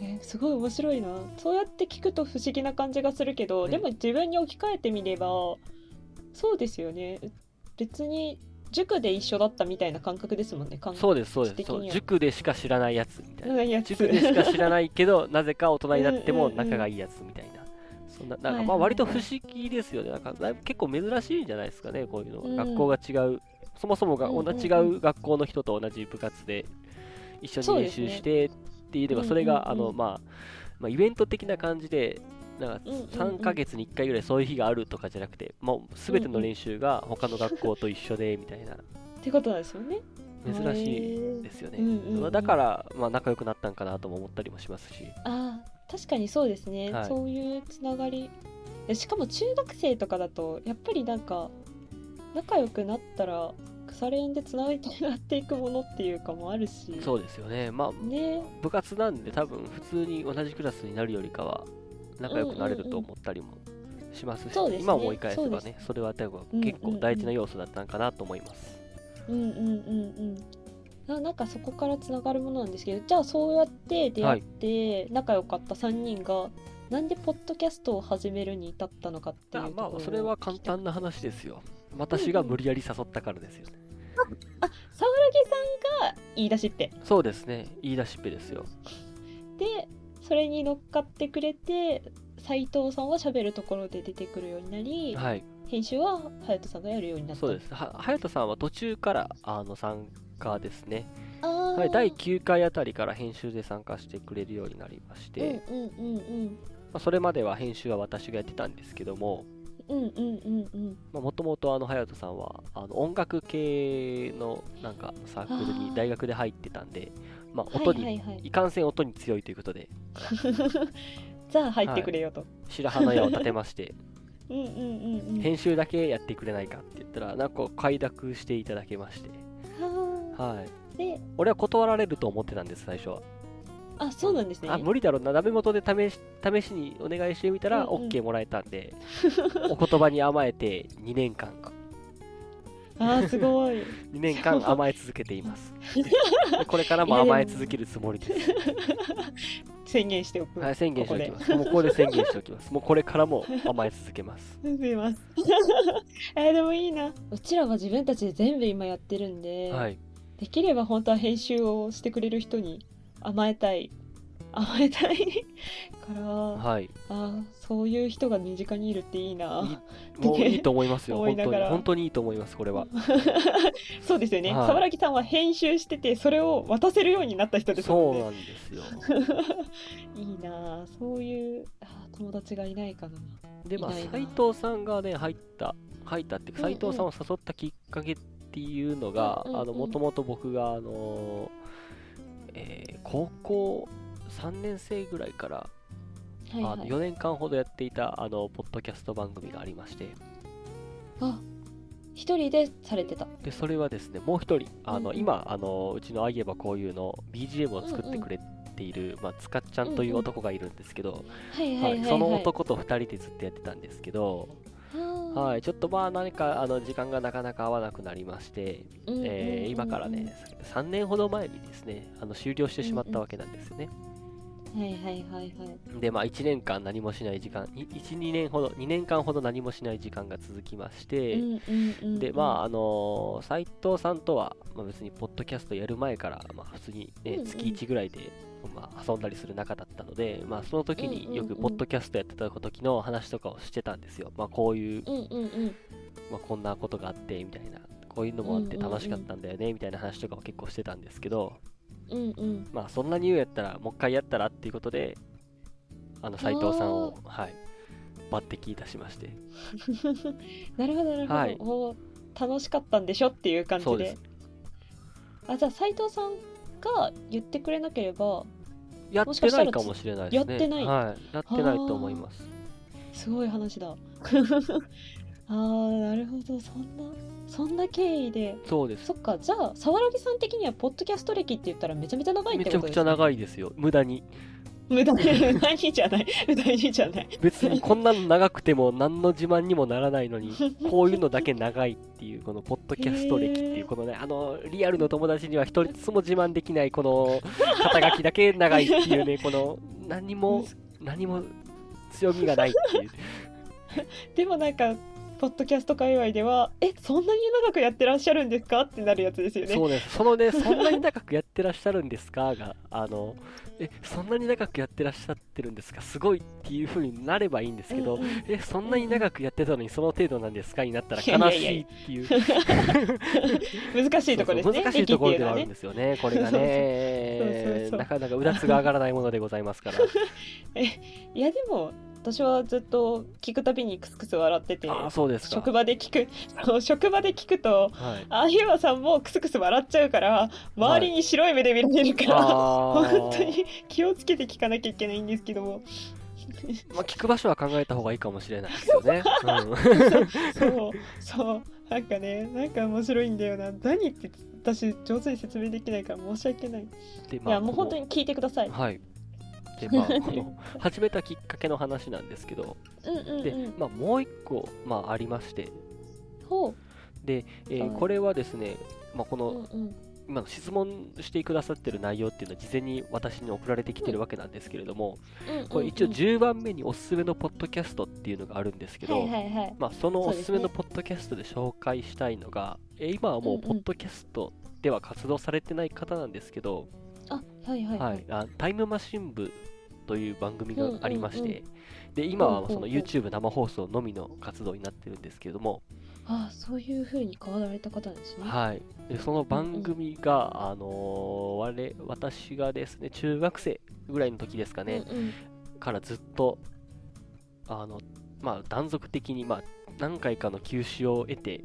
Speaker 2: にねすごい面白いなそうやって聞くと不思議な感じがするけど、
Speaker 5: ね
Speaker 2: でも自分に置き換えてみればそうですよね別に塾で一緒だったみたいな感覚ですもんね感覚
Speaker 5: そうです、そうで
Speaker 2: 知
Speaker 5: す。
Speaker 2: 的
Speaker 5: そ
Speaker 2: には
Speaker 5: う塾でしか知らないやつみたいな。
Speaker 2: やつ
Speaker 5: 塾でしか知らないけ
Speaker 2: *laughs*
Speaker 5: ど、なぜか大人になっても
Speaker 2: うんうんうん
Speaker 5: 仲がいいやつみたいな。そんな、なん
Speaker 2: は
Speaker 5: か、
Speaker 2: い
Speaker 5: まあ、
Speaker 2: はい
Speaker 5: 割と不思議ですよね。なんか、だいぶ結構珍しいんじゃないですかね、こういうの
Speaker 2: うん
Speaker 5: は。学校が違う。そもそもが
Speaker 2: うんうん
Speaker 5: 同
Speaker 2: うん
Speaker 5: じ違う学校の人と同じ部活で一緒
Speaker 2: そう
Speaker 5: に
Speaker 2: で
Speaker 5: 練
Speaker 2: すね
Speaker 5: 習してっていうのが、それが、あ
Speaker 2: うんうんうん
Speaker 5: の、まあ、まあ、イベント的な感じで、なんか
Speaker 2: うんうんうん
Speaker 5: 3ヶ月に1回ぐらいそういう日があるとかじゃなくて、もう全ての練習が他の学校と一緒でみたいな、
Speaker 2: ってことなんですよね
Speaker 5: 珍しい
Speaker 2: へー
Speaker 5: ですよね、
Speaker 2: うんうんうん
Speaker 5: だから、まあ、仲良くなったんかなとも思ったりもしますし、
Speaker 2: あー確かにそうですね、
Speaker 5: はい
Speaker 2: そういうつながりえしかも中学生とかだとやっぱりなんか仲良くなったら腐れ縁でつながっていくものっていうかもあるし
Speaker 5: そうですよねまあ
Speaker 2: ね
Speaker 5: 部活なんで多分普通に同じクラスになるよりかは仲良くなれると思ったりもしますし、
Speaker 2: そうですね
Speaker 5: 今思い返せば
Speaker 2: そう
Speaker 5: ねそれは多分
Speaker 2: うんうん
Speaker 5: 結構大事な要素だったんかなと思います、
Speaker 2: うんうんうんうんななんかそこからつながるものなんですけどじゃあそうやって出会って仲良かった3人が、なんでポッドキャストを始めるに至ったのかっていうとこ
Speaker 5: ま
Speaker 2: ろを
Speaker 5: あそれは簡単な話ですよ私が無理やり誘ったからですよね、
Speaker 2: 沢木さんが言い出しって
Speaker 5: そうですね言い出しっぺですよ
Speaker 2: でそれに乗っかってくれて斉藤さんは喋るところで出てくるようになり、
Speaker 5: はい
Speaker 2: 編集は隼人さんがやるようになった
Speaker 5: そうですは隼人さんは途中からあの参加ですね
Speaker 2: あー
Speaker 5: はい、第9回あたりから編集で参加してくれるようになりまして、
Speaker 2: うんうんうん
Speaker 5: まあ、それまでは編集は私がやってたんですけども
Speaker 2: うんうんうんうんうん
Speaker 5: もともと隼人さんはあの音楽系のなんかサークル
Speaker 2: あ
Speaker 5: に
Speaker 2: ー
Speaker 5: 大学で入ってたんで、まあ、
Speaker 2: は
Speaker 5: 音
Speaker 2: い
Speaker 5: に、
Speaker 2: はいいはい
Speaker 5: かんせん音に強いということで
Speaker 2: じゃあ入ってくれよと、
Speaker 5: 白羽の矢を立てまして
Speaker 2: *laughs* うんうんうんうん
Speaker 5: 編集だけやってくれないかって言ったらなんかこう快諾していただけまして、
Speaker 2: は
Speaker 5: はい、
Speaker 2: ーで
Speaker 5: 俺は断られると思ってたんです最初は
Speaker 2: あそうなんですね
Speaker 5: あ無理だろうなダメ元で試し試しにお願いしてみたら
Speaker 2: うんうん
Speaker 5: OK もらえたんで、お言葉に甘えて2年間
Speaker 2: あーすごい
Speaker 5: 2年間甘え続けていますこれからも甘え続けるつもりです、
Speaker 2: 宣言しておく、
Speaker 5: はい、 *laughs* 宣言しておき
Speaker 2: こ
Speaker 5: ますもうこれ宣言しておきますもうこれからも甘え続けます
Speaker 2: こで出 *laughs* ますあーでもいいなうちらは自分たちで全部今やってるんで、
Speaker 5: はい
Speaker 2: できれば本当は編集をしてくれる人に甘えたい甘えたいから、
Speaker 5: はい
Speaker 2: あーそういう人が身近にいるっていいない
Speaker 5: もういいと思いますよ
Speaker 2: 思い
Speaker 5: 本
Speaker 2: な
Speaker 5: 当
Speaker 2: が
Speaker 5: に
Speaker 2: ら
Speaker 5: 本当にいいと思いますこれは
Speaker 2: *laughs* そうですよね
Speaker 5: はい
Speaker 2: 沢良木さんは編集しててそれを渡せるようになった人ですも
Speaker 5: そう
Speaker 2: んね
Speaker 5: なんですよ
Speaker 2: *laughs* いいなあそういうあー友達がいないかな
Speaker 5: でまあ
Speaker 2: いないな
Speaker 5: 斉藤さんがね入った入ったっていうか
Speaker 2: うんう
Speaker 5: 斉
Speaker 2: ん
Speaker 5: 藤さんを誘ったきっかけっていうのが
Speaker 2: うんうんうん
Speaker 5: あのもともと僕があのーえー高校3年生ぐらいから
Speaker 2: はい
Speaker 5: あ
Speaker 2: は
Speaker 5: の
Speaker 2: い
Speaker 5: 4年間ほどやっていたあのポッドキャスト番組がありまして
Speaker 2: あ一人でされてた。
Speaker 5: でそれはですねもう一人あの、
Speaker 2: うんうん
Speaker 5: 今あのうちのあいえばこういうの BGM を作ってくれている、まあ、つかっちゃんという男がいるんですけど、
Speaker 2: はいはいはい、はい
Speaker 5: その男と2人でずっとやってたんですけど、はい、ちょっとまあ何かあの時間がなかなか合わなくなりまして、
Speaker 2: い、うんうんうん
Speaker 5: えー今からね3年ほど前にですねあの終了してしまっ
Speaker 2: うんう
Speaker 5: た
Speaker 2: ん
Speaker 5: わけなんですよね、
Speaker 2: はいはいはいはい
Speaker 5: でまあ1年間何もしない時間12年ほど2年間ほど何もしない時間が続きまして、
Speaker 2: うんうんうんうん
Speaker 5: でまああの斎藤さんとは、まあ、別にポッドキャストやる前から、まあ、普通に、ね
Speaker 2: うんうん
Speaker 5: 月1ぐらいで、まあ、遊んだりする仲だったので、まあ、その時
Speaker 2: うんうんうん
Speaker 5: によくポッドキャストやってた時の話とかをしてたんですよ、まあ、こういう、
Speaker 2: うんうんうん
Speaker 5: まあ、こんなことがあってみたいなこういうのもあって楽しかったんだよねみたいな話とかを結構してたんですけど、
Speaker 2: うんうん *laughs*
Speaker 5: まあ、そんなに言うやったらもう一回やったらっていうことであの斎藤さんを、はい、抜擢いたしまして
Speaker 2: なるほどなるほど、
Speaker 5: はい
Speaker 2: おー楽しかったんでしょっていう感じ
Speaker 5: そう
Speaker 2: で
Speaker 5: です
Speaker 2: あじゃあ斎藤さんが言ってくれなければ
Speaker 5: やっ
Speaker 2: もしか
Speaker 5: て
Speaker 2: した
Speaker 5: な
Speaker 2: ら
Speaker 5: いかもしれないですね
Speaker 2: やってない
Speaker 5: はい、やってないと思います
Speaker 2: すごい話だ *laughs* あーなるほどそんなそんな経緯で
Speaker 5: そうです
Speaker 2: そっかじゃあ沢良木さん的にはポッドキャスト歴って言ったらめちゃめちゃ長いっ
Speaker 5: め
Speaker 2: て
Speaker 5: ちゃ
Speaker 2: こと
Speaker 5: く
Speaker 2: で
Speaker 5: ち
Speaker 2: す
Speaker 5: ゃ
Speaker 2: ね
Speaker 5: 長いですよ無駄に
Speaker 2: 無駄に無駄にじゃない無駄にじゃない
Speaker 5: 別にこんなの長くても何の自慢にもならないの
Speaker 2: *laughs*
Speaker 5: にこういうのだけ長いっていうこのポッドキャスト歴って
Speaker 2: へ
Speaker 5: い
Speaker 2: ー
Speaker 5: うこのねあのリアルの友達には一人ずつも自慢できないこの肩書きだけ長いっていう
Speaker 2: *laughs*
Speaker 5: ねこの何も何も強みがない
Speaker 2: *laughs*
Speaker 5: っていう
Speaker 2: でもなんかポッドキャスト界隈ではえそんなに長くやってらっしゃるんですかってなるやつですよね
Speaker 5: そうねそのねそんなに長くやってらっしゃるんですかがあのえそんなに長くやってらっしゃってるんですかすごいっていう風になればいいんですけど
Speaker 2: うんうん
Speaker 5: えそんなに長くやってたのにその程度なんですかになったら
Speaker 2: いやいや
Speaker 5: 悲
Speaker 2: いや
Speaker 5: しいっていう
Speaker 2: 難しいところですね。
Speaker 5: 難しいところではある
Speaker 2: 駅
Speaker 5: ん
Speaker 2: って
Speaker 5: ですよね、これがね
Speaker 2: そうそうそうそうそう。そう
Speaker 5: なかなかうだつが上がらないものでございます
Speaker 2: *laughs*
Speaker 5: から。
Speaker 2: いうのはねいやでも私はずっと聞くたびにクスクス笑ってて、
Speaker 5: ああ、そうですか
Speaker 2: 職。場で聞くそう職場で聞くと
Speaker 5: はい。
Speaker 2: あゆまさんもクスクス笑っちゃうから周りに白い目で見られるから、
Speaker 5: あー
Speaker 2: 本当に気をつけて聞かなきゃいけないんですけども
Speaker 5: まあ、聞く場所は考えた方がいいかもしれないですよね。
Speaker 2: そうそうなんかねなんか面白いんだよな何って私上手に説明できないから申し訳ない、
Speaker 5: うん、で、
Speaker 2: いやもう本当に聞いてください、
Speaker 5: はい。で、まあ、この、始めたきっかけの話なんですけど、
Speaker 2: うんうん
Speaker 5: で
Speaker 2: うん、
Speaker 5: まあ、もう一個、まあ、ありまして、
Speaker 2: ほう
Speaker 5: えー
Speaker 2: はい
Speaker 5: これはですね、まあ、こ
Speaker 2: うん
Speaker 5: の、
Speaker 2: うん
Speaker 5: 今の質問してくださってる内容っていうのは、事前に私に送られてきてるわけなんですけれども、
Speaker 2: うんうん
Speaker 5: これ一応10番目におすすめのポッドキャストっていうのがあるんですけど、
Speaker 2: はいはいはい
Speaker 5: まあ、その
Speaker 2: そ
Speaker 5: お
Speaker 2: うですね
Speaker 5: すすめのポッドキャストで紹介したいのが、え今はもううん
Speaker 2: う
Speaker 5: ポ
Speaker 2: ん
Speaker 5: ッドキャストでは活動されてない方なんですけど、
Speaker 2: あはいはい
Speaker 5: はい、あタイムマシン部という番組がありまして、
Speaker 2: うんうん
Speaker 5: で今は
Speaker 2: うん
Speaker 5: そ
Speaker 2: うんう
Speaker 5: の
Speaker 2: ん
Speaker 5: YouTube 生放送のみの活動になってるんですけれども、
Speaker 2: ああそういうふうに変わられた方なんですね。
Speaker 5: はい、でその番組が、あのー我私がですね中学生ぐらいの時ですかね、
Speaker 2: うんうん
Speaker 5: からずっとあの、まあ、断続的に、まあ、何回かの休止を得て、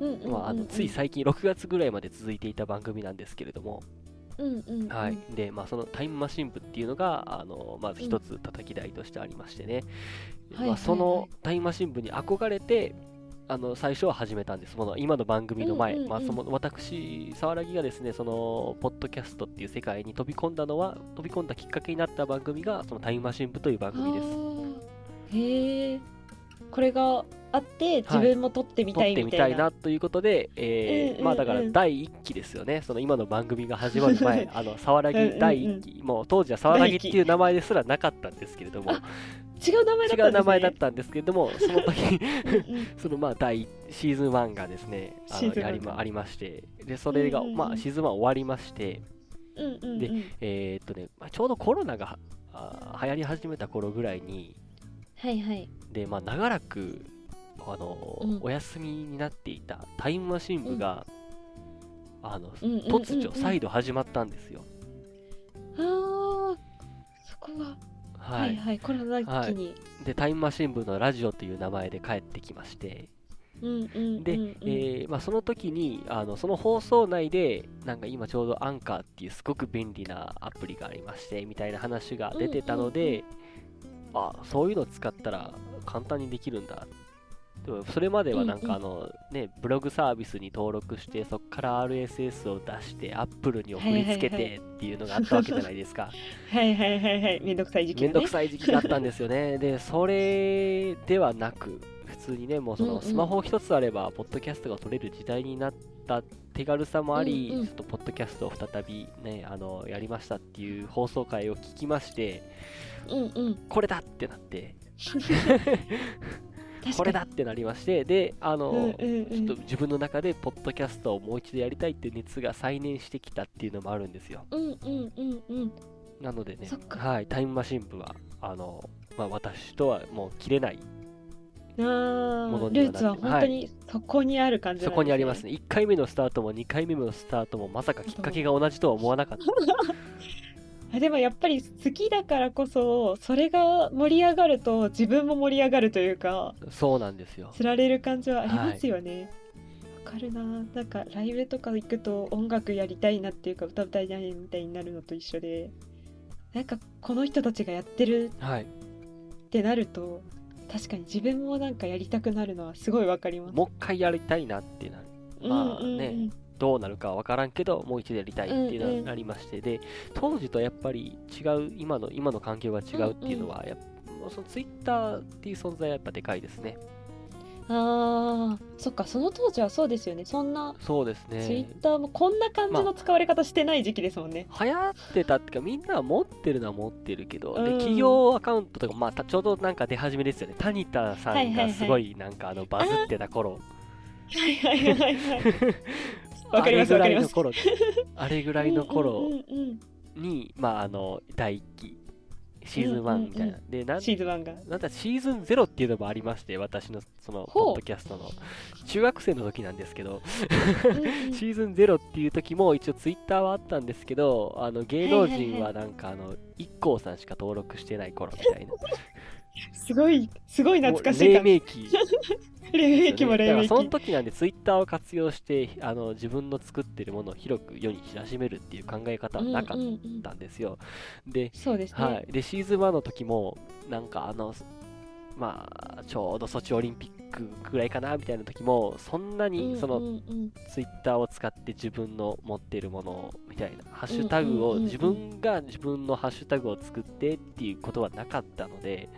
Speaker 2: うんうんうんうん
Speaker 5: まあ、あのつい最近6月ぐらいまで続いていた番組なんですけれども、
Speaker 2: うんうんうん
Speaker 5: はいでまあ、そのタイムマシン部っていうのがあのまず一つ叩き台としてありましてね、
Speaker 2: はいはい
Speaker 5: ま
Speaker 2: は
Speaker 5: あ、
Speaker 2: い
Speaker 5: そのタイムマシン部に憧れてあの最初は始めたんですその今の番組の前、
Speaker 2: うんうんうん
Speaker 5: まあ、その私沢良木がですねそのポッドキャストっていう世界に飛び込んだのは飛び込んだきっかけになった番組がそのタイムマシン部という番組です。
Speaker 2: あーへえ。これがあって自分も撮ってみ
Speaker 5: 撮
Speaker 2: た
Speaker 5: っ
Speaker 2: い
Speaker 5: て
Speaker 2: み
Speaker 5: み
Speaker 2: た
Speaker 5: た
Speaker 2: い
Speaker 5: い
Speaker 2: な。
Speaker 5: なということで、
Speaker 2: うんうん
Speaker 5: え
Speaker 2: うん
Speaker 5: ーまあだから第1期ですよね、その今の番組が始まる前、あの沢良
Speaker 2: *laughs* うんうんう
Speaker 5: 木
Speaker 2: ん
Speaker 5: 第1期、もう当時は沢良木っていう名前ですらなかったんですけれども、
Speaker 2: 違う名前だったんです、
Speaker 5: 違
Speaker 2: ね。
Speaker 5: う名前だったんですけれども、その
Speaker 2: *laughs*
Speaker 5: 時
Speaker 2: うんうん
Speaker 5: そのまあ第シーズン1がですね、あ
Speaker 2: シー
Speaker 5: の
Speaker 2: ズン1
Speaker 5: やりまありまして、でそれが、
Speaker 2: うんうんうん
Speaker 5: まあ、シーズン1終わりまして、
Speaker 2: うんうんうん。
Speaker 5: でえーっとね、まあ、ちょうどコロナがあ流行り始めた頃ぐらいに、
Speaker 2: はいはい。
Speaker 5: で、まあ、長らくあの、
Speaker 2: うん
Speaker 5: お休みになっていたタイムマシン部が、あの
Speaker 2: うんうんうんうん
Speaker 5: 突如再度始まったんですよ。
Speaker 2: ああ。そこは、
Speaker 5: は
Speaker 2: はいいはい、コロナ期に。
Speaker 5: でタイムマシン部のラジオという名前で帰ってきまして、
Speaker 2: うんうんうん。
Speaker 5: で、
Speaker 2: うん
Speaker 5: えーまあ、その時にあのその放送内でなんか今ちょうどアンカーっていうすごく便利なアプリがありましてみたいな話が出てたので、あそういうの使ったら簡単にできるんだっでもそれまではなん
Speaker 2: うんうん
Speaker 5: かあの、ね、ブログサービスに登録してそこから RSS を出してアップルに送りつけ
Speaker 2: はいは
Speaker 5: て
Speaker 2: い
Speaker 5: っていうのがあったわけじゃないですか
Speaker 2: はいはいはいはい。めんどくさい時期
Speaker 5: めんどく
Speaker 2: い。
Speaker 5: さい時期があったんですよ
Speaker 2: *laughs*
Speaker 5: ねでそれではなく普通にねもうそ
Speaker 2: うんう
Speaker 5: の
Speaker 2: ん
Speaker 5: スマホ一つあればポッドキャストが取れる時代になった手軽さもあり、
Speaker 2: うんうん
Speaker 5: ちょっとポッドキャストを再びねあのやりましたっていう放送回を聞きまして
Speaker 2: う
Speaker 5: *laughs*
Speaker 2: んうん。
Speaker 5: これだってなって
Speaker 2: 確かに
Speaker 5: これだってなりましてであの、
Speaker 2: うんうんう
Speaker 5: ちょっ
Speaker 2: ん
Speaker 5: と。自分の中でポッドキャストをもう一度やりたいっていう熱が再燃してきたっていうのもあるんですよ
Speaker 2: うんうんうんうん。
Speaker 5: なのでね
Speaker 2: そっか
Speaker 5: はい、タイムマシン部はあの、まあ、私とはもう切れない
Speaker 2: あ
Speaker 5: もの
Speaker 2: ー
Speaker 5: にはなっ
Speaker 2: ルー
Speaker 5: て
Speaker 2: ツは本当にそこにある感じなんですね
Speaker 5: そこにありますね1回目のスタートも2回目のスタートもまさかきっかけが同じとは思わなかった
Speaker 2: あでもやっぱり好きだからこそそれが盛り上がると自分も盛り上がるというか
Speaker 5: *laughs* そうなんですよ
Speaker 2: つられる感じはありますよね。わ、かるななんかライブとか行くと音楽やりたいなっていうか歌歌いたいみたいになるのと一緒でなんかこの人たちがやってる
Speaker 5: はい
Speaker 2: ってなると確かに自分もなんかやりたくなるのはすごいわかります。
Speaker 5: もう一回やりたいなってなるまあね
Speaker 2: うん
Speaker 5: どうなるかわからんけどもう一度やりたいっていうのになりまして、で当時とやっぱり違う今の今の環境が違うっていうのは、やっぱもうそのツイッターっていう存在はやっぱでかいですね
Speaker 2: うんうん、あーそっかその当時はそうですよねそんな
Speaker 5: そうですね
Speaker 2: ツイッターもこんな感じの使われ方してない時期ですもんね。
Speaker 5: 流行ってたっていうかみんなは持ってるのは持ってるけど、
Speaker 2: うん
Speaker 5: で企業アカウントとか、まあ、たちょうどなんか出始めですよねタニタさ
Speaker 2: はい
Speaker 5: ん
Speaker 2: はいは
Speaker 5: が
Speaker 2: い
Speaker 5: すごいなんかあのバズってた頃
Speaker 2: はいはいはい
Speaker 5: *laughs*
Speaker 2: はい。わかりますわ
Speaker 5: あれぐら
Speaker 2: かり
Speaker 5: い
Speaker 2: ま
Speaker 5: の
Speaker 2: す。
Speaker 5: 頃です *laughs* あれぐらいの
Speaker 2: うんう
Speaker 5: 頃
Speaker 2: んうん
Speaker 5: にまああの第1期シーズン1みたいな、でな
Speaker 2: うんん、シーズン1が。
Speaker 5: *laughs* なんだシーズン0っていうのもありまして私のその
Speaker 2: ほう
Speaker 5: ポッドキャストの中学生の時なんですけど
Speaker 2: うんうん
Speaker 5: シーズン0っていう時も一応ツイッターはあったんですけどあの芸能人はなんかあの IKKO さんしか登録してない頃みたいな
Speaker 2: すごい、すごい懐かしい
Speaker 5: 黎
Speaker 2: 感じ。
Speaker 5: 明期ですよ
Speaker 2: 黎明期も
Speaker 5: ね
Speaker 2: 黎
Speaker 5: だから
Speaker 2: 明
Speaker 5: その
Speaker 2: 期。
Speaker 5: 時なんでツイッターを活用してあの自分の作ってるものを広く世に知らしめるっていう考え方はなか
Speaker 2: うんう
Speaker 5: っ
Speaker 2: んうん
Speaker 5: たんですよ、で
Speaker 2: そうですね。
Speaker 5: はい、でシーズン1の時もなんかあのまあちょうどソチオリンピックぐらいかなみたいな時もそんな
Speaker 2: うんうんう
Speaker 5: に
Speaker 2: ん
Speaker 5: そのツイッターを使って自分の持ってるものをみたいなハッシュタグ
Speaker 2: うんう
Speaker 5: を
Speaker 2: んうんうん
Speaker 5: 自分が自分のハッシュタグを作ってっていうことはなかったので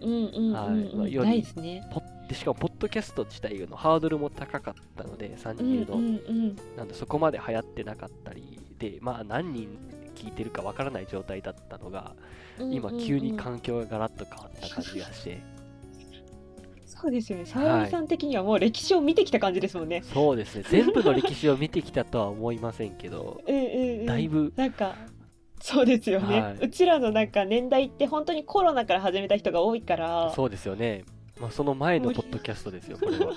Speaker 2: うんうん
Speaker 5: は
Speaker 2: う
Speaker 5: い
Speaker 2: んうん
Speaker 5: まあより
Speaker 2: ないですね。
Speaker 5: ポッでしかもポッドキャスト自体のハードルも高かったので3
Speaker 2: うん
Speaker 5: 人いるの、
Speaker 2: うんうん。
Speaker 5: なんでそこまで流行ってなかったりでまあ何人聞いてるかわからない状態だったのが今急に
Speaker 2: 感
Speaker 5: 環境がガラッと変わった感じが
Speaker 2: *laughs*
Speaker 5: して、
Speaker 2: そうですよね。沙織さん的にはもう歴史を見てきた感じですもんね。
Speaker 5: そうですね全部の歴史を見てきたとは思いませんけど
Speaker 2: うんうんうん。
Speaker 5: だいぶ
Speaker 2: なんかそうですよね、
Speaker 5: はいう
Speaker 2: ちらのなんか年代って本当にコロナから始めた人が多いから
Speaker 5: そうですよね、まあ、その前のポッドキャストですよこれ
Speaker 2: *laughs*
Speaker 5: は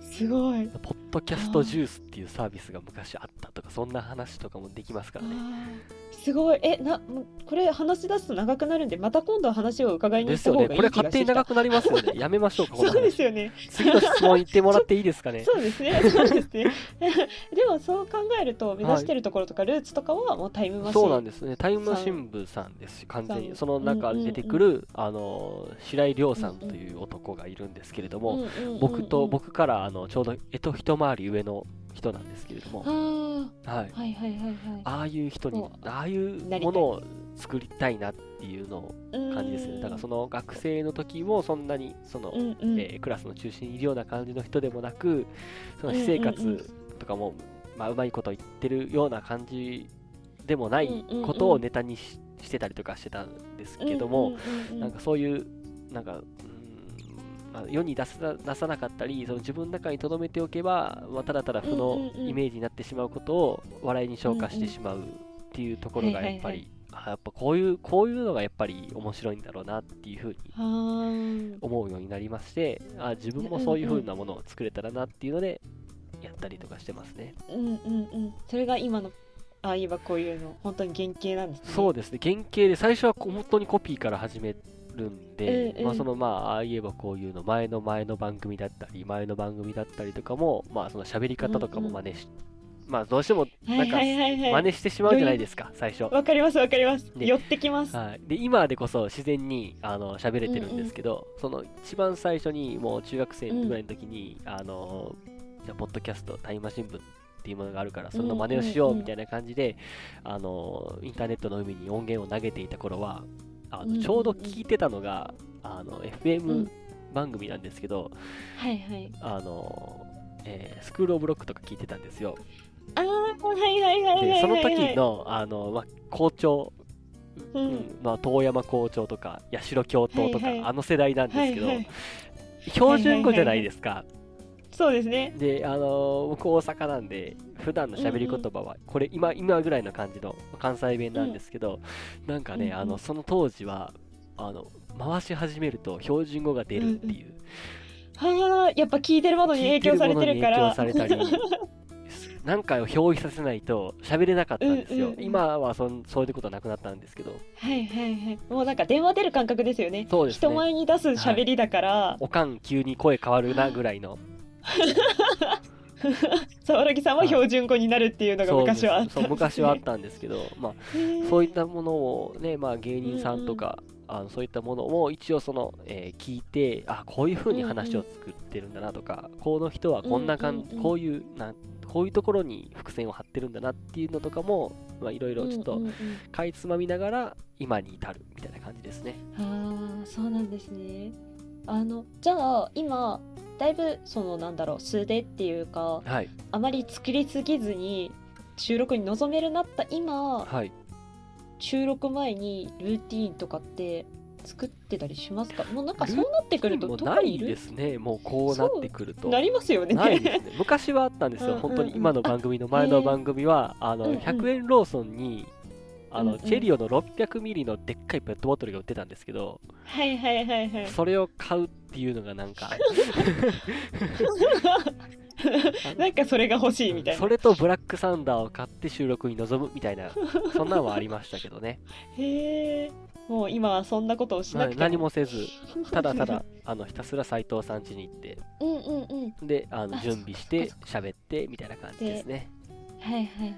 Speaker 2: すごい
Speaker 5: ポッドキャストジュースっていうサービスが昔あったとかそんな話とかもできますからね
Speaker 2: あーすごいえなもうこれ話し出すと長くなるんでまた今度話を伺いに
Speaker 5: で
Speaker 2: 行っ
Speaker 5: す
Speaker 2: た
Speaker 5: よ
Speaker 2: 方
Speaker 5: ね
Speaker 2: がい
Speaker 5: こ
Speaker 2: い
Speaker 5: れ
Speaker 2: 気が
Speaker 5: 勝
Speaker 2: し
Speaker 5: 手
Speaker 2: てき
Speaker 5: に長
Speaker 2: た
Speaker 5: くなりますよ
Speaker 2: *laughs*
Speaker 5: ねやめましょうかこの
Speaker 2: そうで
Speaker 5: 話
Speaker 2: すよね
Speaker 5: 次の質問言ってもらっていいですかね
Speaker 2: そうですねそうですね *laughs* でもそう考えると目指してるところとかルーツとかはもうタイムマシン
Speaker 5: そうなんですねタイムマシン部さんです完全
Speaker 2: さ
Speaker 5: に
Speaker 2: ん
Speaker 5: その中に出てくる、あの白井亮さんという男がいるんですけれども、
Speaker 2: うんうんうんうん
Speaker 5: 僕と僕からあのちょうどえと一回り上の人なんですけれども
Speaker 2: あ、ー
Speaker 5: はい、
Speaker 2: はいはいはいはい
Speaker 5: ああいう人に
Speaker 2: そう
Speaker 5: ああいう
Speaker 2: なりたい
Speaker 5: ものを作りたいなっていうのを感じですねだからその学生の時もそんなにその、
Speaker 2: うんうん
Speaker 5: えークラスの中心にいるような感じの人でもなくその私生
Speaker 2: うんうんうん
Speaker 5: 活とかも、まあ、うまいこと言ってるような感じでもない
Speaker 2: うんうんうん
Speaker 5: ことをネタにししてたりとかしてたんですけども、
Speaker 2: うんうんうんうん
Speaker 5: なんかそういうなんか、うーんまあ、世に出さ出さなかったりその自分の中に留めておけば、まあ、ただただ負
Speaker 2: うん
Speaker 5: の
Speaker 2: うんうん
Speaker 5: イメージになってしまうことを笑いに昇華してしまうっていうところが
Speaker 2: はいはい
Speaker 5: やっぱり、あやっぱこういうこういうのがやっぱり面白いんだろうなっていうふうに
Speaker 2: あー
Speaker 5: 思うようになりましてあ自分もそういうふうなものを作れたらなっていうのでやったりとかしてますね、
Speaker 2: うんうんうんそれが今のああ言えばこういうの本当に原型なんですね
Speaker 5: そうですね原型で最初はこう本当にコピーから始めるんで、
Speaker 2: うんうん
Speaker 5: まあそのまあああ言えばこういうの前の前の番組だったり前の番組だったりとかもまあその喋り方とかも真似し、まあどうしても
Speaker 2: は
Speaker 5: ないんか
Speaker 2: はいはいはい
Speaker 5: 真似してしまうじゃないですか最初
Speaker 2: わかりますわかります、
Speaker 5: ね
Speaker 2: 寄ってきます、
Speaker 5: はい、で今でこそ自然にあの喋れてるんですけど、その一番最初にもう中学生ぐらいの時に、あのじゃあポッドキャストタイマー新聞っていうものがあるからそれの真似をしようみたいな感じで、あのインターネットの海に音源を投げていた頃はあ
Speaker 2: うんうんう
Speaker 5: の
Speaker 2: ん
Speaker 5: ちょうど聞いてたのがあの
Speaker 2: う
Speaker 5: FM
Speaker 2: ん
Speaker 5: 番組なんですけど、
Speaker 2: はいはい
Speaker 5: あのえースクール・オブ・ロックとか聞いてたんですよ。
Speaker 2: ああはいはいはいはいはいはい
Speaker 5: でその時のあの、まあ、校長
Speaker 2: う
Speaker 5: うん
Speaker 2: ん
Speaker 5: まあ、遠山校長とか八代教頭とか、
Speaker 2: はいはい
Speaker 5: あの世代なんですけど、
Speaker 2: はいはい
Speaker 5: 標準語じゃないですか、
Speaker 2: そうですね
Speaker 5: であのー僕大阪なんで普段の喋り言葉はこれ今今ぐらいの感じの関西弁なんですけど、なんかね、
Speaker 2: うんうん
Speaker 5: あのその当時はあの回し始めると標準語が出るっていう、
Speaker 2: はあやっぱ聞いてるものに
Speaker 5: 聞い
Speaker 2: 影
Speaker 5: てる
Speaker 2: 響
Speaker 5: も
Speaker 2: され
Speaker 5: のに
Speaker 2: てるか
Speaker 5: 影響
Speaker 2: ら
Speaker 5: されたり
Speaker 2: *laughs*
Speaker 5: なんかを表現させないと喋れなかったんですよ、
Speaker 2: うんうんうん
Speaker 5: 今はそんそういうことなくなったんですけど
Speaker 2: はいはいはいもうなんか電話出る感覚ですよね
Speaker 5: そうですね
Speaker 2: 人前に出す喋りだから、
Speaker 5: おかん急に声変わるなぐらいの
Speaker 2: 沢木さんは標準語になるっていうのが
Speaker 5: そうです
Speaker 2: 昔はあった
Speaker 5: そう昔はあったんですけど、まあ、そういったものを、ねまあ、芸人さんとか、あのそういったものを一応その、えー聞いてあこういう風に話を作ってるんだなとか、この人はこんな感
Speaker 2: うん
Speaker 5: じ、
Speaker 2: うんうん
Speaker 5: こういうなんこういうところに伏線を張ってるんだなっていうのとかもまあいろいろちょっとかいつまみながら今に至るみたいな感じですね。
Speaker 2: ああそうなんですねあのじゃあ今だいぶそのなんだろう素手っていうか
Speaker 5: はい、
Speaker 2: あまり作りすぎずに収録に臨めるなった今
Speaker 5: はい、
Speaker 2: 収録前にルーティーンとかって作ってたりしますかもうなんかそうなってくると
Speaker 5: もう
Speaker 2: 特
Speaker 5: な
Speaker 2: に
Speaker 5: い
Speaker 2: ルー
Speaker 5: で
Speaker 2: ティン
Speaker 5: すねもうこうなってくると。
Speaker 2: なりますよね
Speaker 5: ないですね昔はあったんです
Speaker 2: うん
Speaker 5: よ
Speaker 2: うんうん
Speaker 5: 本当に今の番組の前の番組はあ
Speaker 2: *laughs* うんう
Speaker 5: の
Speaker 2: ん
Speaker 5: 100円ローソンにあ
Speaker 2: うんう
Speaker 5: の
Speaker 2: ん
Speaker 5: チェリオの600ミリのでっかいペットボトルが売ってたんですけど
Speaker 2: *laughs* はいはいはいはい
Speaker 5: それを買うっていうのがなん
Speaker 2: *laughs*
Speaker 5: か
Speaker 2: なんかそれが欲しいみたいな
Speaker 5: それとブラックサンダーを買って収録に臨むみたいなそんなんはありましたけどね
Speaker 2: へえもう今はそんなことをしなく
Speaker 5: な
Speaker 2: て
Speaker 5: 何もせずただただあのひたすら斎藤さん家に行って
Speaker 2: うんうんうん
Speaker 5: であの
Speaker 2: あ
Speaker 5: 準備し
Speaker 2: そってかそ
Speaker 5: 喋ってみたいな感じですね
Speaker 2: はいはい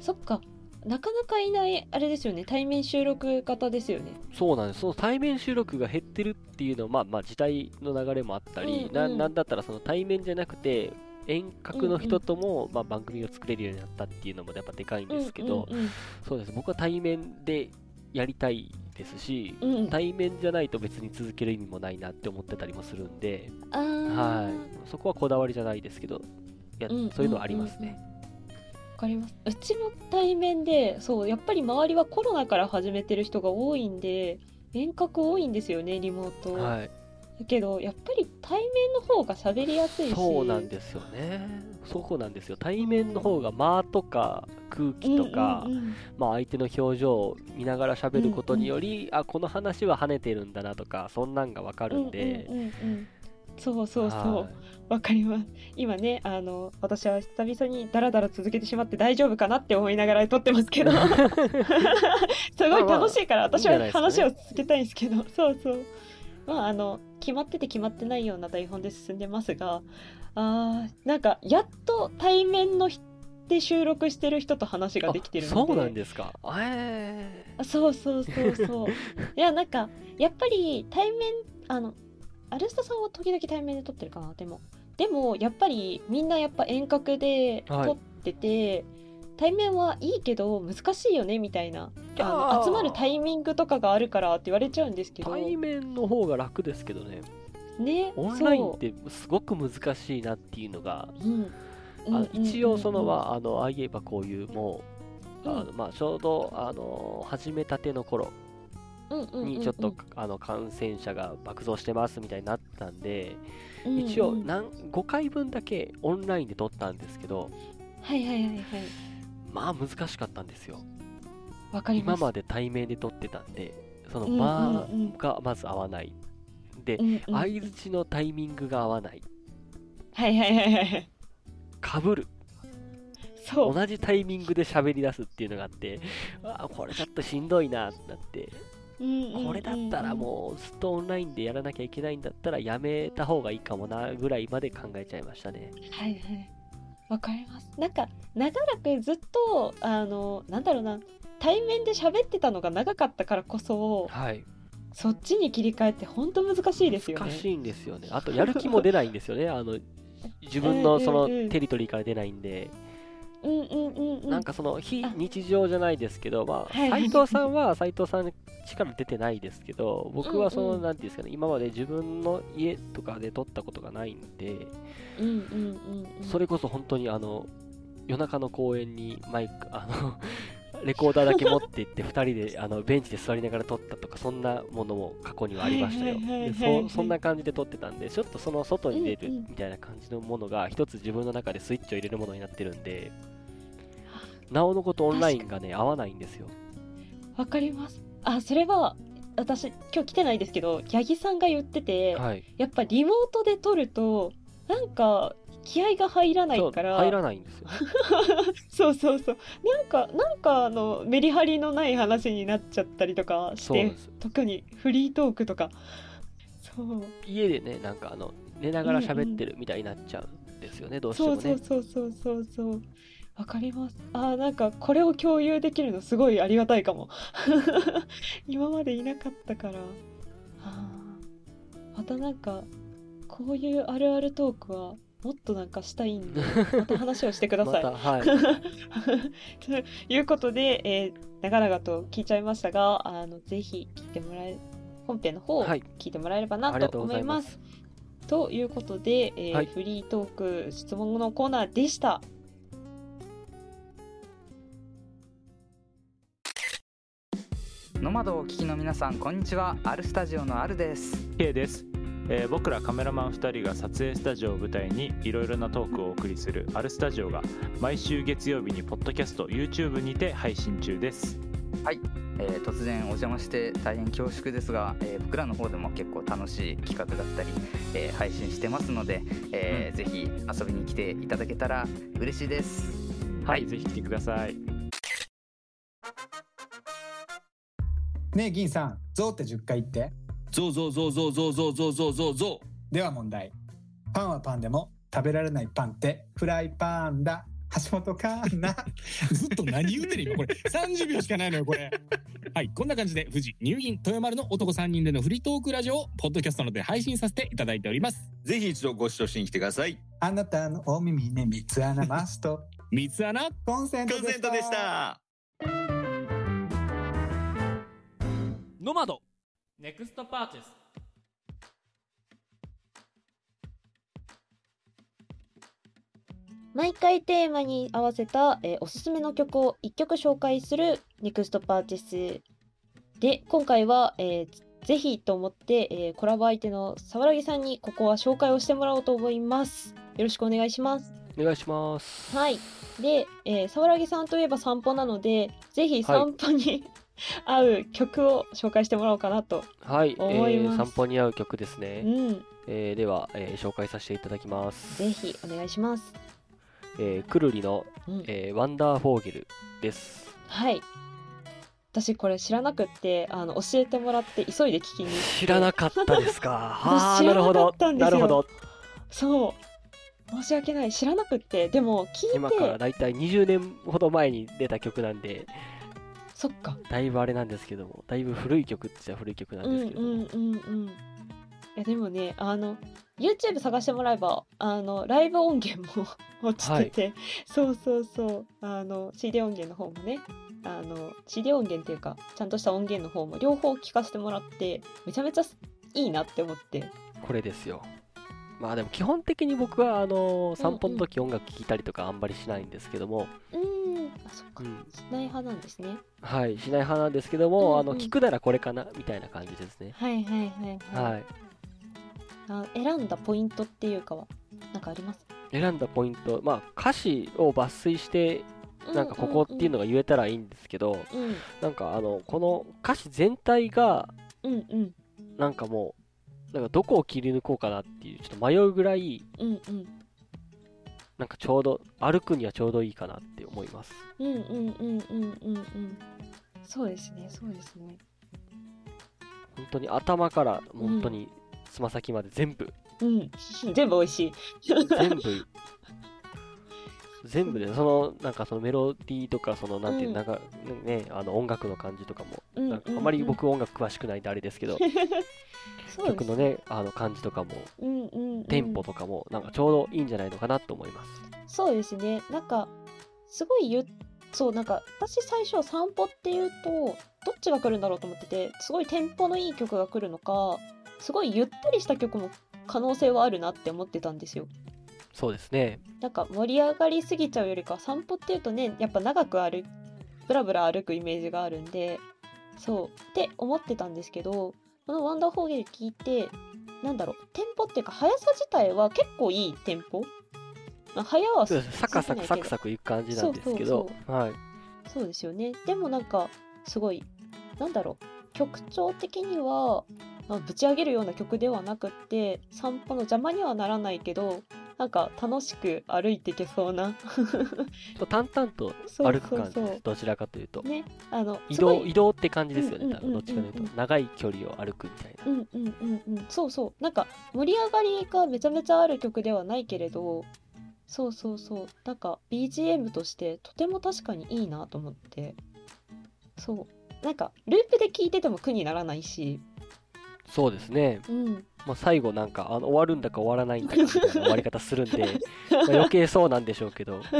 Speaker 2: そっかなかなかいないあれですよね対面収録型ですよね
Speaker 5: そうなんですその対面収録が減ってるっていうのは、まあ、まあ時代の流れもあったり、
Speaker 2: うんうん
Speaker 5: ななんだったらその対面じゃなくて遠隔の人とも、まあ、番組を作れるようになったっていうのもやっぱでかいんですけど、
Speaker 2: うんうん
Speaker 5: そうです僕は対面でやりたいですし、
Speaker 2: うん、うん、
Speaker 5: 対面じゃないと別に続ける意味もないなって思ってたりもするんで、
Speaker 2: あー
Speaker 5: はい、そこはこだわりじゃないですけどいや、
Speaker 2: うんうん
Speaker 5: そういうのはありますね。
Speaker 2: わかりますうちも対面でそうやっぱり周りはコロナから始めてる人が多いんで遠隔多いんですよねリモート、
Speaker 5: はい、
Speaker 2: だけどやっぱり対面の方が喋りやすいし
Speaker 5: そうなんですよね。そこなんですよ。対面の方が間とか空気とか、
Speaker 2: うんうんうん
Speaker 5: まあ、相手の表情を見ながら喋ることにより、あこの話は跳ねてるんだなとかそんなんがわかるんで、
Speaker 2: うんうんうんうんそうそうそ
Speaker 5: はいう
Speaker 2: わかります今ねあの私は久々にダラダラ続けてしまって大丈夫かなって思いながら撮ってま
Speaker 5: *laughs*
Speaker 2: すけどすごい楽しいから
Speaker 5: まあまあ
Speaker 2: 私
Speaker 5: いいんじゃ
Speaker 2: は
Speaker 5: ないです
Speaker 2: 話
Speaker 5: か
Speaker 2: を続けたいんですけどそうそうまああの決まってて決まってないような台本で進んでますがあーなんかやっと対面のひで収録してる人と話ができてるので
Speaker 5: あそうなんですかえ
Speaker 2: そうそうそう
Speaker 5: *laughs*
Speaker 2: そういやなんかやっぱり対面あのアルスタさんは時々対面で撮ってるかなでもでもやっぱりみんなやっぱ遠隔で
Speaker 5: はい
Speaker 2: 撮ってて、対面はいいけど難しいよねみたいなあ
Speaker 5: あ
Speaker 2: の
Speaker 5: ー
Speaker 2: 集まるタイミングとかがあるからって言われちゃうんですけ
Speaker 5: ー
Speaker 2: ど
Speaker 5: 対面の方が楽ですけどね
Speaker 2: ね
Speaker 5: オンラインってすごく難しいなっていうのが、
Speaker 2: そううんうん
Speaker 5: あ
Speaker 2: うんうん
Speaker 5: 一応そのは、あのああ言えばこういうもう、あ
Speaker 2: う
Speaker 5: のまあ、ちょうどあの始めたての頃
Speaker 2: うんうんうんうん
Speaker 5: にちょっと、あの感染者が爆増してますみたいになったんで、
Speaker 2: うんうん
Speaker 5: 一応なん5回分だけオンラインで撮ったんですけど
Speaker 2: はいはいはいはい
Speaker 5: まあ難しかったんですよ
Speaker 2: わかりま
Speaker 5: 今
Speaker 2: す
Speaker 5: まで対面で撮ってたんでその
Speaker 2: うん
Speaker 5: 間
Speaker 2: うんうん
Speaker 5: がまず合わないで
Speaker 2: うんうんはい
Speaker 5: 相づちのタイミングが合わない
Speaker 2: はいはいはい
Speaker 5: かぶる
Speaker 2: そう
Speaker 5: 同じタイミングで喋り出すっていうのがあってあこれちょっとしんどいなってなってこ
Speaker 2: こ
Speaker 5: れだったらもうずっとオンラインでやらなきゃいけないんだったらやめた方がいいかもなぐらいまで考えちゃいましたね
Speaker 2: はいはい。わわかります。なんか長らくずっとあのなんだろうな対面で喋ってたのが長かったからこそ
Speaker 5: はい、
Speaker 2: そっちに切り替えって本当難しいですよね。
Speaker 5: 難しいんですよね。あと、やる気も出ないんです
Speaker 2: *laughs*
Speaker 5: よね。あの自分のその
Speaker 2: うんうんうん
Speaker 5: テリトリーから出ないんで、
Speaker 2: うんうんうんうん。
Speaker 5: なんかその非
Speaker 2: あ
Speaker 5: 日常じゃないですけど、まあ、
Speaker 2: はいはい
Speaker 5: 斉藤さんは斉藤さん力出てないですけど、僕はその、
Speaker 2: うんうん
Speaker 5: なんていうんですかね、今まで自分の家とかで撮ったことがないんで、
Speaker 2: うんうんうんうん。
Speaker 5: それこそ本当にあの夜中の公園にマイク *laughs* あのレコーダーだけ持って行って2人であのベンチで座りながら撮ったとかそんなものも過去にはありましたよ
Speaker 2: はいはいはい
Speaker 5: で
Speaker 2: はいは
Speaker 5: そ
Speaker 2: いう
Speaker 5: そんな感じで撮ってたんでちょっとその外に出る
Speaker 2: うんうん
Speaker 5: みたいな感じのものが一つ自分の中でスイッチを入れるものになってるんでなおのことオンラインがね合わないんですよ
Speaker 2: わかります。あそれは私今日来てないですけど八木さんが言ってて、
Speaker 5: はい
Speaker 2: やっぱリモートで撮るとなんか気合が入らな
Speaker 5: そ
Speaker 2: いうから
Speaker 5: 入らないんですよね
Speaker 2: そうそうそうなんかなんかあのメリハリのない話になっちゃったりとかし
Speaker 5: そうなん
Speaker 2: て
Speaker 5: です
Speaker 2: 特にフリートークとかそう
Speaker 5: 家でねなんかあの寝ながら喋ってるみたいになっちゃうんですよねどうして
Speaker 2: そ
Speaker 5: も
Speaker 2: うそ
Speaker 5: ね
Speaker 2: うそうそうそうそうわかりますあーなんかこれを共有できるのすごいありがたいかも *laughs* 今までいなかったからあーまたなんかこういうあるあるトークはもっとなんかしたいんで
Speaker 5: *laughs*
Speaker 2: また話をしてくだ
Speaker 5: ま
Speaker 2: さい
Speaker 5: たはい
Speaker 2: *laughs* ということで、えー長々と聞いちゃいましたがあのぜひ聞いてもらえ本編の方 *laughs* を
Speaker 5: はい
Speaker 2: 聞いてもらえれば
Speaker 5: あ
Speaker 2: な
Speaker 5: りが
Speaker 2: と
Speaker 5: とうご
Speaker 2: 思
Speaker 5: ざい
Speaker 2: いま。
Speaker 5: ますす
Speaker 2: ということで、えー
Speaker 5: はい
Speaker 2: フリートーク質問のコーナーでした。
Speaker 6: ノマドをお聞きの皆さんこんにちはアルスタジオのアルです
Speaker 7: K です、えー僕らカメラマン2人が撮影スタジオを舞台にいろいろなトークをお送りする「アルスタジオ」が毎週月曜日にポッドキャスト YouTube にて配信中です
Speaker 6: えー突然お邪魔して大変恐縮ですが、えー僕らの方でも結構楽しい企画だったり、えー配信してますので、えーぜひ遊びに来ていただけたら嬉しいです
Speaker 7: は
Speaker 6: はいい
Speaker 7: ぜひ来てください
Speaker 8: ねえ銀さんゾウって10回言って
Speaker 9: ゾウゾウゾウゾウゾウゾウゾウゾウゾウゾ
Speaker 8: では問題パンはパンでも食べられないパンってフライパンだ橋本環
Speaker 9: *laughs*
Speaker 8: 奈
Speaker 9: ウずっと何言うてる今これ30秒しかないのよこれはいこんな感じで富士入銀豊丸の男3人でのフリートークラジオをポッドキャストので配信させていただいております
Speaker 10: ぜひ一度ご視聴しに来てください。
Speaker 8: あなたのお耳ね三つ穴マスト
Speaker 9: 三つ穴
Speaker 8: コンセン
Speaker 10: コ
Speaker 8: ト
Speaker 10: ン
Speaker 8: で
Speaker 10: セ
Speaker 8: し
Speaker 10: ン
Speaker 8: た
Speaker 10: トでした。
Speaker 1: ノマドネクストパーチェス
Speaker 2: 毎回テーマに合わせた、えーおすすめの曲を1曲紹介するネクストパーティスで今回は、えーぜひと思って、えーコラボ相手の沢良木さんにここは紹介をしてもらおうと思いますよろしくお願いします
Speaker 5: お願いします
Speaker 2: はいで、えー、沢良木さんといえば散歩なのでぜひ散歩に、 *laughs* 合う曲を紹介してもらおうかなと
Speaker 5: はい、え
Speaker 2: 思います
Speaker 5: ー、散歩に合う曲です
Speaker 2: う
Speaker 5: ね、
Speaker 2: ん
Speaker 5: えーでは、えー紹介させていただきます
Speaker 2: ぜひお願いします
Speaker 5: えーくるりの、
Speaker 2: うん
Speaker 5: えーワンダーフォーゲル」です
Speaker 2: はい私これ知らなくってあの教えてもらって急いで聞きに行って
Speaker 5: 知らなかったです
Speaker 2: *laughs*
Speaker 5: かあー
Speaker 2: 知
Speaker 5: な
Speaker 2: ら
Speaker 5: る
Speaker 2: な
Speaker 5: ほ
Speaker 2: か
Speaker 5: ど
Speaker 2: ったんで
Speaker 5: な
Speaker 2: すよ
Speaker 5: るほど
Speaker 2: そう申し訳ない知らなくってでも聞いて
Speaker 5: 今からだいたい20年ほど前に出た曲なんで
Speaker 2: そっか
Speaker 5: だいぶあれなんですけどもだいぶ古い曲っちゃ古い曲なん
Speaker 2: うん
Speaker 5: です
Speaker 2: うん
Speaker 5: けども、
Speaker 2: うんうんいやでもねあの YouTube 探してもらえばあのライブ音源も *laughs* 落ちてて、そうそうそうあの CD 音源の方もねあの CD 音源っていうかちゃんとした音源の方も両方聞かせてもらってめちゃめちゃいいなって思って
Speaker 5: これですよまあでも基本的に僕はあのー散歩の時音楽聴いたりとかあんまりしないんですけども、
Speaker 2: うんあそっか
Speaker 5: うん
Speaker 2: しない派なんですね
Speaker 5: はいしない派なんですけども、
Speaker 2: うんうん
Speaker 5: あの聞くならこれかなみたいな感じですね
Speaker 2: はいはいはい
Speaker 5: はい
Speaker 2: あ選んだポイントっていうかはなんかあります
Speaker 5: 選んだポイントまあ歌詞を抜粋してなんかここっていうのが言えたらいいんですけど、
Speaker 2: うん
Speaker 5: なんかあのこの歌詞全体が
Speaker 2: うんうん
Speaker 5: なんかもうなんかどこを切り抜こうかなっていうちょっと迷うぐらい
Speaker 2: うんうん
Speaker 5: なんかちょうど歩くにはちょうどいいかなって思います
Speaker 2: うんうんうんうんうんうんそうですねそうですね
Speaker 5: 本当に頭から本当につま先まで全部、
Speaker 2: うん全部美味しい
Speaker 5: 全部全部でそのなんかそのメロディーとかそのなんていううんなんかねあの音楽の感じとかも
Speaker 2: うん
Speaker 5: なんかあまり僕音楽詳しくないんであれですけ
Speaker 2: *laughs*
Speaker 5: ど
Speaker 2: そうです
Speaker 5: 曲のねあの感じとかも
Speaker 2: うんうんうん
Speaker 5: テンポとかもなんかちょうどいいんじゃないのかなと思います。
Speaker 2: そうですねなんかすごいゆそうなんか私最初散歩っていうとどっちが来るんだろうと思っててすごいテンポのいい曲が来るのかすごいゆったりした曲も可能性はあるなって思ってたんですよ
Speaker 5: そうですね。
Speaker 2: なんか盛り上がりすぎちゃうよりか散歩っていうとねやっぱ長く歩ぶらぶら歩くイメージがあるんでそうって思ってたんですけどこの「ワンダーフォーゲル」聞いてなんだろうテンポっていうか速さ自体は結構いいテンポ、まあ、速は
Speaker 5: そうですサクサクサクサクいく感じなんですけ
Speaker 2: そう
Speaker 5: ど
Speaker 2: そう、
Speaker 5: はい。
Speaker 2: そうですよね。でもなんかすごいなんだろう曲調的には、まあ、ぶち上げるような曲ではなくって散歩の邪魔にはならないけどなんか楽しく歩いていけそうな
Speaker 5: と淡々と
Speaker 2: そう
Speaker 5: 歩く感じ
Speaker 2: そう
Speaker 5: で
Speaker 2: そう
Speaker 5: す。どちらかというと。
Speaker 2: ねあの
Speaker 5: 移
Speaker 2: すご
Speaker 5: 動
Speaker 2: い
Speaker 5: 移動って感じですよね。
Speaker 2: うん
Speaker 5: 多分
Speaker 2: うんうんう
Speaker 5: ど
Speaker 2: ん
Speaker 5: っちかというと長い距離を歩くみたいな。
Speaker 2: うんうんうんうんそうそうなんか盛り上がりがめちゃめちゃある曲ではないけれどそうそうそうなんか BGM としてとても確かにいいなと思ってそうなんかループで聴いてても苦にならないし
Speaker 5: そうですね。
Speaker 2: うん *laughs*
Speaker 5: まあ最後なんかあの終わるんだか終わらないんだかみたいな終わり方するんで、
Speaker 2: *laughs*
Speaker 5: まあ余計そうなんでしょうけど。
Speaker 2: そ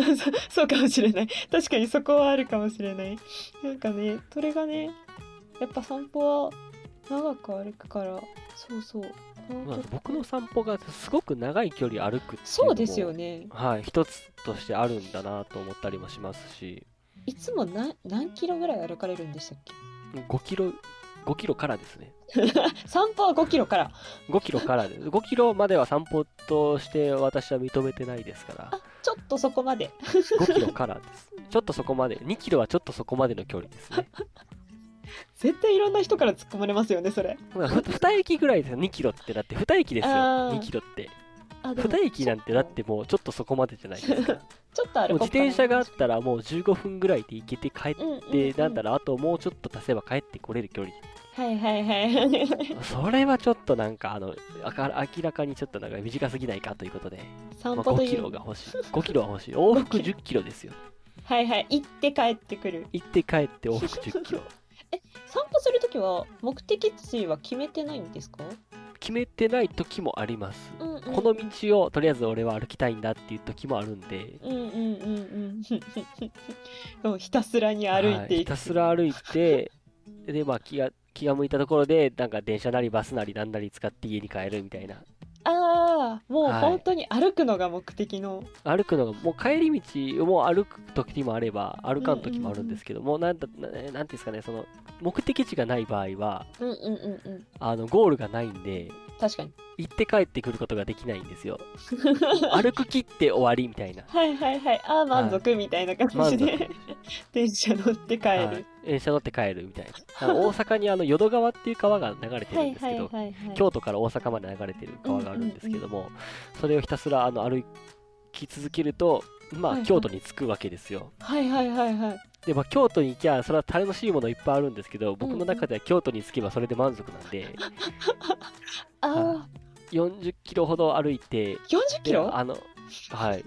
Speaker 2: そうかもしれない確かにそこはあるかもしれないなんかねそれがねやっぱ散歩は長く歩くからそうそうこの
Speaker 5: まあ
Speaker 2: 曲
Speaker 5: 僕の散歩がすごく長い距離歩くっていうのも
Speaker 2: そうですよね
Speaker 5: はい一つとしてあるんだなと思ったりもしますし
Speaker 2: いつもな何キロぐらい歩かれるんでしたっけ
Speaker 5: 5キロ5キロからですね
Speaker 2: 散歩は5キロから
Speaker 5: 5キロから
Speaker 2: *laughs*
Speaker 5: です5キロまでは散歩として私は認めてないですから
Speaker 2: ちょっとそこまで
Speaker 5: 5キロからですちょっとそこまで2キロはちょっとそこまでの距離ですね
Speaker 2: 絶対いろんな人から突っ込まれますよねそれ
Speaker 5: 2駅ぐらいですよ2キロってだって2駅ですよ
Speaker 2: あー
Speaker 5: 2キロって *laughs*
Speaker 2: あでも
Speaker 5: 2駅なんてだってもうちょっとそこまでじゃないですか
Speaker 2: *laughs* ちょっと
Speaker 5: もう自
Speaker 2: 歩こうかな
Speaker 5: 転車があったらもう15分ぐらいで行けて帰っ
Speaker 2: うんうん
Speaker 5: て
Speaker 2: うん
Speaker 5: なんだろうあともうちょっと足せば帰ってこれる距離 *laughs*
Speaker 2: はいはいはい *laughs*
Speaker 5: それはちょっとなんかあのあか明らかにちょっとなんか短すぎないかということで、
Speaker 2: 散
Speaker 5: まあ、
Speaker 2: 歩と
Speaker 5: 5
Speaker 2: い
Speaker 5: キ
Speaker 2: う、
Speaker 5: ロが欲しい5キロは欲しい往復10キロ
Speaker 2: *laughs*
Speaker 5: ですよ
Speaker 2: はいはい行って帰ってくる
Speaker 5: 行って帰って往復10キロ
Speaker 2: 散歩するときは目的地は決めてないんですか、
Speaker 5: 決めてない時もあります
Speaker 2: うんうん、
Speaker 5: この道をとりあえず俺は歩きたいんだっていう時もあるんで
Speaker 2: うんうんうん *laughs* うんもうひたすらに歩いて
Speaker 5: はひ
Speaker 2: いく、
Speaker 5: たすら歩い *laughs* てでまあ気が気が向いたところでなんか電車なりバスなりなんなり使って家に帰るみたいな
Speaker 2: ああもう
Speaker 5: はい
Speaker 2: 本当に歩くのが目的の、
Speaker 5: 歩くのがもう帰り道も歩く時もあれば歩かん時もあるんですけどもうなんだななんていうんですかねその目的地がない場合は
Speaker 2: うんうんうんうん
Speaker 5: あのゴールがないんで
Speaker 2: 確かに
Speaker 5: 行って帰ってくることができないんです *laughs* よ歩く切って終わりみたいな
Speaker 2: *laughs* はいはいはいああ満足みたいな感
Speaker 5: 満
Speaker 2: じ
Speaker 5: 足
Speaker 2: で、 *laughs* 電車乗って帰る、
Speaker 5: はい電車乗って帰るみたいなあの大阪にあの淀川っていう川が流れてるんですけど
Speaker 2: はいはい
Speaker 5: 京都から大阪まで流れてる川があるんですけども、それをひたすらあの歩き続けるとまあ、
Speaker 2: はいはい
Speaker 5: 京都に着くわけですよ
Speaker 2: はいはいはいはい
Speaker 5: でまあ京都に行きゃそれは楽しいものいっぱいあるんですけど僕の中では京都に着けばそれで満足なん
Speaker 2: *laughs*
Speaker 5: で、
Speaker 2: ああ、
Speaker 5: は40キロほど歩いて
Speaker 2: 40キ
Speaker 5: で
Speaker 2: ロ
Speaker 5: あのはい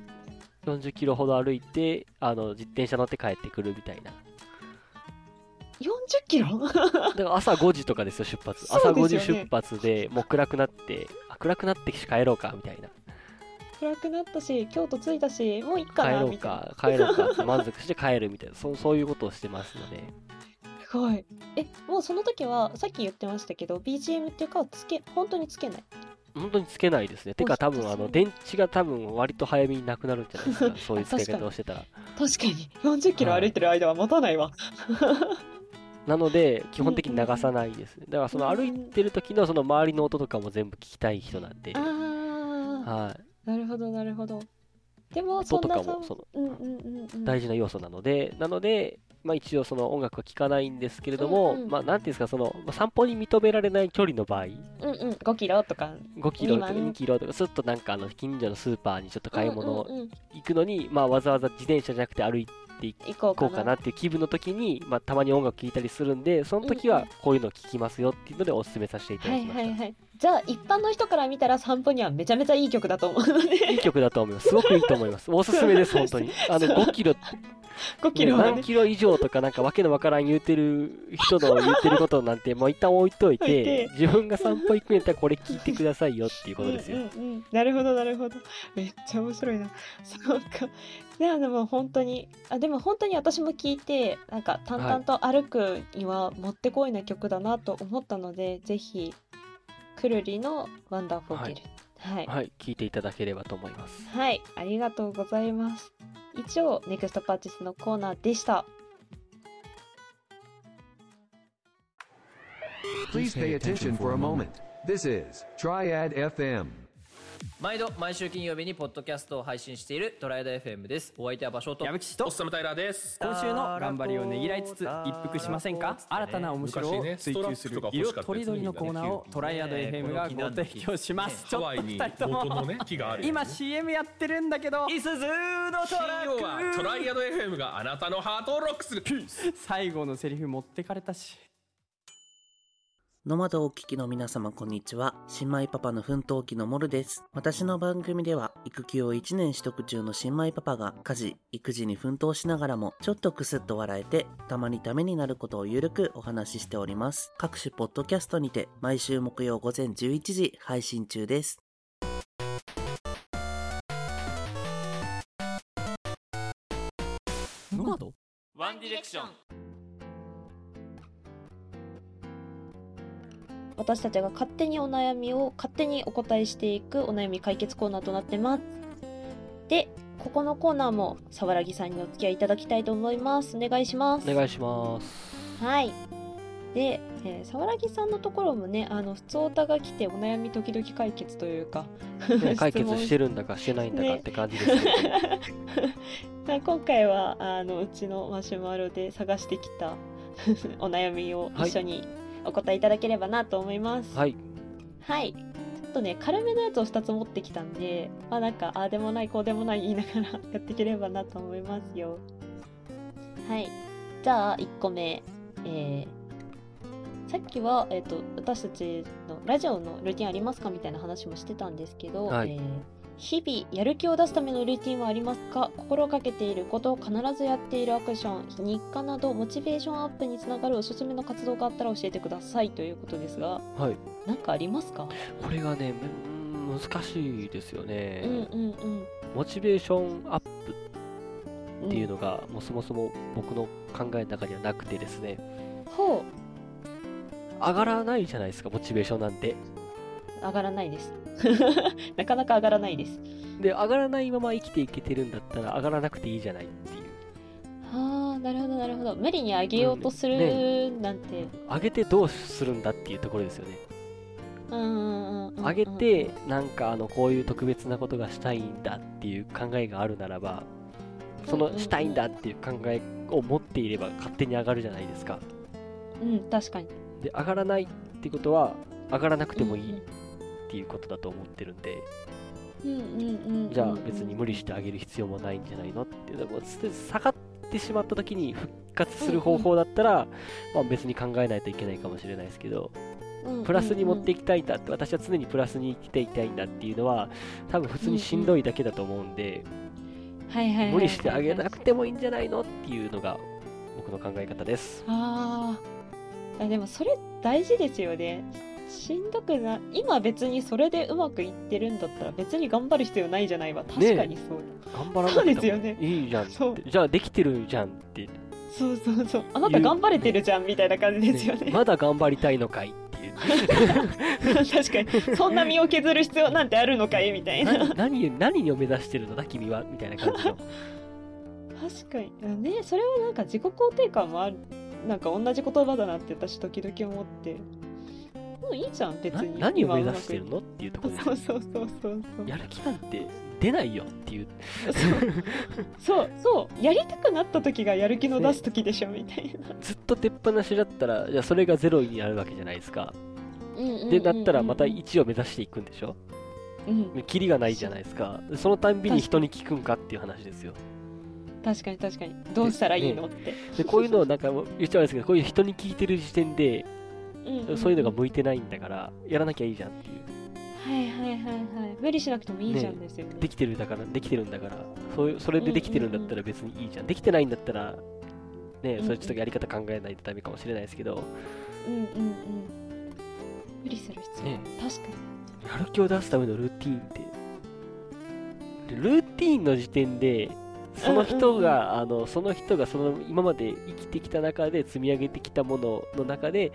Speaker 5: 40キロほど歩いてあの自転車乗って帰ってくるみたいな
Speaker 2: ?40 キロ *laughs*
Speaker 5: だから朝5時とかですよ出発、
Speaker 2: そ
Speaker 5: 朝
Speaker 2: う
Speaker 5: 5
Speaker 2: です
Speaker 5: 時
Speaker 2: よね
Speaker 5: 出発でもう暗くなってあ暗くなって帰ろうかみたいな
Speaker 2: 暗くなったし、京都着いたし、もういっか
Speaker 5: 帰
Speaker 2: な、
Speaker 5: ろう
Speaker 2: みたいな。
Speaker 5: か帰ろうかって満足して帰るみたいなそそういうことをしてますのです
Speaker 2: ごい。え、もうその時は、さっき言ってましたけど、BGM っていうか、つけ、本当につけない。
Speaker 5: 本当につけないですねてか多分あの電池が多分割と早めになくなるんじゃない
Speaker 2: *laughs*
Speaker 5: ですかそういう使い方をしてたら
Speaker 2: 確かに、40キロ歩いてる間は持たないわ。
Speaker 5: なので基本的に流さないですねだからその歩いてる時のその周りの音とかも全部聞きたい人なんで、
Speaker 2: あ
Speaker 5: はい、
Speaker 2: ー、なるほど、なるほど。でも、そ
Speaker 5: 音と
Speaker 2: んな
Speaker 5: か
Speaker 2: さ
Speaker 5: も、その
Speaker 2: うんうんうんうん。
Speaker 5: 大事な要素なので、なので、まあ、一応その音楽は聴かないんですけれども、
Speaker 2: うんうん
Speaker 5: まあなんていうんですかそのまあ散歩に認められない距離の場合
Speaker 2: うんうん、5キロとか。
Speaker 5: 5キロとか
Speaker 2: 今ね
Speaker 5: 2キロとかちょっとなんかあの近所のスーパーにちょっと買い物
Speaker 2: うんうんうん
Speaker 5: 行くのに、まあわざわざ自転車じゃなくて歩いてい
Speaker 2: 行こうか
Speaker 5: こ
Speaker 2: な。
Speaker 5: うかなっていう気分の時に、まあ、たまに音楽聴いたりするんでその時
Speaker 2: うんう
Speaker 5: は
Speaker 2: ん
Speaker 5: こういうのを聴きますよっていうのでおすすめさせていた
Speaker 2: は
Speaker 5: だき
Speaker 2: い
Speaker 5: ま
Speaker 2: は
Speaker 5: し
Speaker 2: い
Speaker 5: た、
Speaker 2: はい。じゃあ一般の人から見たら散歩にはめちゃめちゃいい曲だと思うの
Speaker 5: *laughs*
Speaker 2: で
Speaker 5: いい曲だと思います。すごくいいと思います。おすすめです、本
Speaker 2: *laughs*
Speaker 5: 当に。あの、5キロ、
Speaker 2: 5キロは
Speaker 5: 何
Speaker 2: ね
Speaker 5: キロ以上とか、なんかわけのわからん言うてる人の言ってることなんて、もう一旦置いとい
Speaker 2: 置い
Speaker 5: て
Speaker 2: て、
Speaker 5: 自分が散歩行くんやったらこれ聞いてくださいよっていうことですよ。
Speaker 2: うんうんうん、なるほどなるほどめっちゃ面白いな *laughs* そうかであのもう本当にあでも本当に私も聞いてなんか淡々と歩くにはもってこいな曲だなと思ったので、ぜひくるりの「ワンダーフォーゲル」はい、はい
Speaker 5: はい、聞いていただければと思います。
Speaker 2: ありがとうございます以上ネクストパーチスのコーナーでした
Speaker 11: Please pay attention for a moment. This is Triad FM.
Speaker 12: 毎度毎週金曜日にポッドキャストを配信しているトライアド FM ですお相手は場所と矢吹とおっさむタイラーです
Speaker 13: 今週の頑張りをねぎらいつつ一服しませんか新たな面白を追求する色とりどりのコーナーをトライアド FM がご提供しますちょっと二人と
Speaker 14: 冒頭の
Speaker 13: も
Speaker 14: ね木がある
Speaker 13: 今 CM やってるんだけどいすずのトラ
Speaker 14: 金曜はトライアド
Speaker 13: FM
Speaker 14: FM があなたのハートをロックする
Speaker 13: 最後のセリフ持ってかれたし
Speaker 15: ノマドをお聞きの皆様こんにちは。新米パパの奮闘記のモルです。私の番組では育休を1年取得中の新米パパが家事、育児に奮闘しながらもちょっとクスッと笑えてたまにためになることをゆるくお話ししております。各種ポッドキャストにて毎週木曜午前11時配信中です。
Speaker 12: ノマド
Speaker 1: ワンディレクション
Speaker 2: 私たちが勝手にお悩みを勝手にお答えしていくお悩み解決コーナーとなってますでここのコーナーもさわらぎさんにお付き合いいただきたいと思いますお願いします
Speaker 5: お願い
Speaker 13: *laughs*
Speaker 5: します。
Speaker 2: はいでさわらぎさんのところもねあの普通おたが来てお悩み時々解決というか、
Speaker 5: ね解決してるんだかしてないんだかって感じですけど。
Speaker 2: *laughs* まあ今回はあのうちのマシュマロで探してきた *laughs* お悩みを一緒にお答えいただければなと思います
Speaker 5: はい。
Speaker 2: はい。ちょっとね、軽めのやつを2つ持ってきたんで、まあなんか、ああでもない、こうでもない言いながらやっていければなと思いますよ。はい。じゃあ、1個目。えーさっきは、えっ、と、私たちのラジオのルーティンありますかみたいな話もしてたんですけど、
Speaker 5: はい
Speaker 2: えー日々やる気を出すためのルーティンはありますか心がけていること必ずやっているアクション日課などモチベーションアップにつながるおすすめの活動があったら教えてくださいということですが
Speaker 5: はい。
Speaker 2: なんかありますか
Speaker 5: これがね、む難しいですよね。
Speaker 2: うんうんうん
Speaker 5: モチベーションアップっていうのが、もうそもそも僕の考えの中にはなくてですね、
Speaker 2: ほ
Speaker 5: 上がらないじゃないですか、モチベーションなんて。
Speaker 2: う上がらないです
Speaker 5: *laughs*
Speaker 2: なかなか上がらないです
Speaker 5: で、上がらないまま生きていけてるんだったら、上がらなくていいじゃないっていう。
Speaker 2: ああなるほどなるほど無理に上げようとす
Speaker 5: うん
Speaker 2: るなんて、
Speaker 5: 上げてどうするんだっていうところですよね。
Speaker 2: うんうんうんうん
Speaker 5: 上げて、なんかあの、こういう特別なことがしたいんだっていう考えがあるならば、そ
Speaker 2: うんうんう
Speaker 5: の
Speaker 2: ん
Speaker 5: したいんだっていう考えを持っていれば勝手に上がるじゃないですか。
Speaker 2: うん確かに
Speaker 5: で上がらないってことは上がらなくてもいいっていうことだと思ってるんで、
Speaker 2: うんうんうんうん
Speaker 5: じゃあ別に無理してあげる必要もないんじゃないのってでもす下がってしまった時に復活する方法だったら、まあ、別に考えないといけないかもしれないですけど、
Speaker 2: うん
Speaker 5: プラスに持っていきたいんだって私は常にプラスに生きていきたいんだっていうのは多分普通にしんどいだけだと思うんで、
Speaker 2: はいはいはいはい
Speaker 5: 無理してあげなくてもいいんじゃないのっていうのが僕の考え方です。
Speaker 2: あーあでもそれ大事ですよねしんどくな今別にそれでうまくいってるんだったら別に頑張る必要ないじゃないわ確かにそう、
Speaker 5: 頑張らなくても
Speaker 2: そうですよね
Speaker 5: いいじゃんってじゃあできてるじゃんって
Speaker 2: そうそうそうあなた頑張れてるじゃんみたいな感じですよね
Speaker 5: まだ頑張りたいのかいっていう
Speaker 2: *laughs* 確かにそんな身を削る必要なんてあるのかい *laughs* みたいな
Speaker 5: 何何何を目指してるのだ君はみたいな感じの
Speaker 2: 確かにあねそれはなんか自己肯定感もあるなんか同じ言葉だなって私時々思ってもういいじゃん別
Speaker 5: な
Speaker 2: に
Speaker 5: 何を目
Speaker 2: 今うま
Speaker 5: 指
Speaker 2: く
Speaker 5: してるのっていうところで
Speaker 2: そうそうそうそうそう
Speaker 5: やる気なんて出ないよっていう
Speaker 2: そうそうやりたくなった時がやる気の出す時でしょみたいな
Speaker 5: ずっと出っ放しだったらじゃあそれがゼロになるわけじゃないですか
Speaker 2: うんうんうんうん
Speaker 5: でだったらまた1を目指していくんでしょ
Speaker 2: うん
Speaker 5: でキリがないじゃないですかそのたんびに人に聞くんかっていう話ですよ
Speaker 2: 確かに確かにどうしたらいいのって、
Speaker 5: でこういうのをなんかもう言っちゃうんですけどこういう人に聞いてる時点で
Speaker 2: うんうん
Speaker 5: そういうのが向いてないんだからやらなきゃいいじゃんっていう
Speaker 2: はいはいはいはい無理しなくてもいいじゃんですよね
Speaker 5: できてるだからできてるんだからそういうそれでできてるんだったら別にいいじゃんできてないんだったらねそれちょっとやり方考えないとダメかもしれないですけど
Speaker 2: うんうんうん無理する必要ない
Speaker 5: ね
Speaker 2: 確かに
Speaker 5: やる気を出すためのルーティーンってルーティーンの時点でその人が、あのその人がその今まで生きてきた中で積み上げてきたものの中で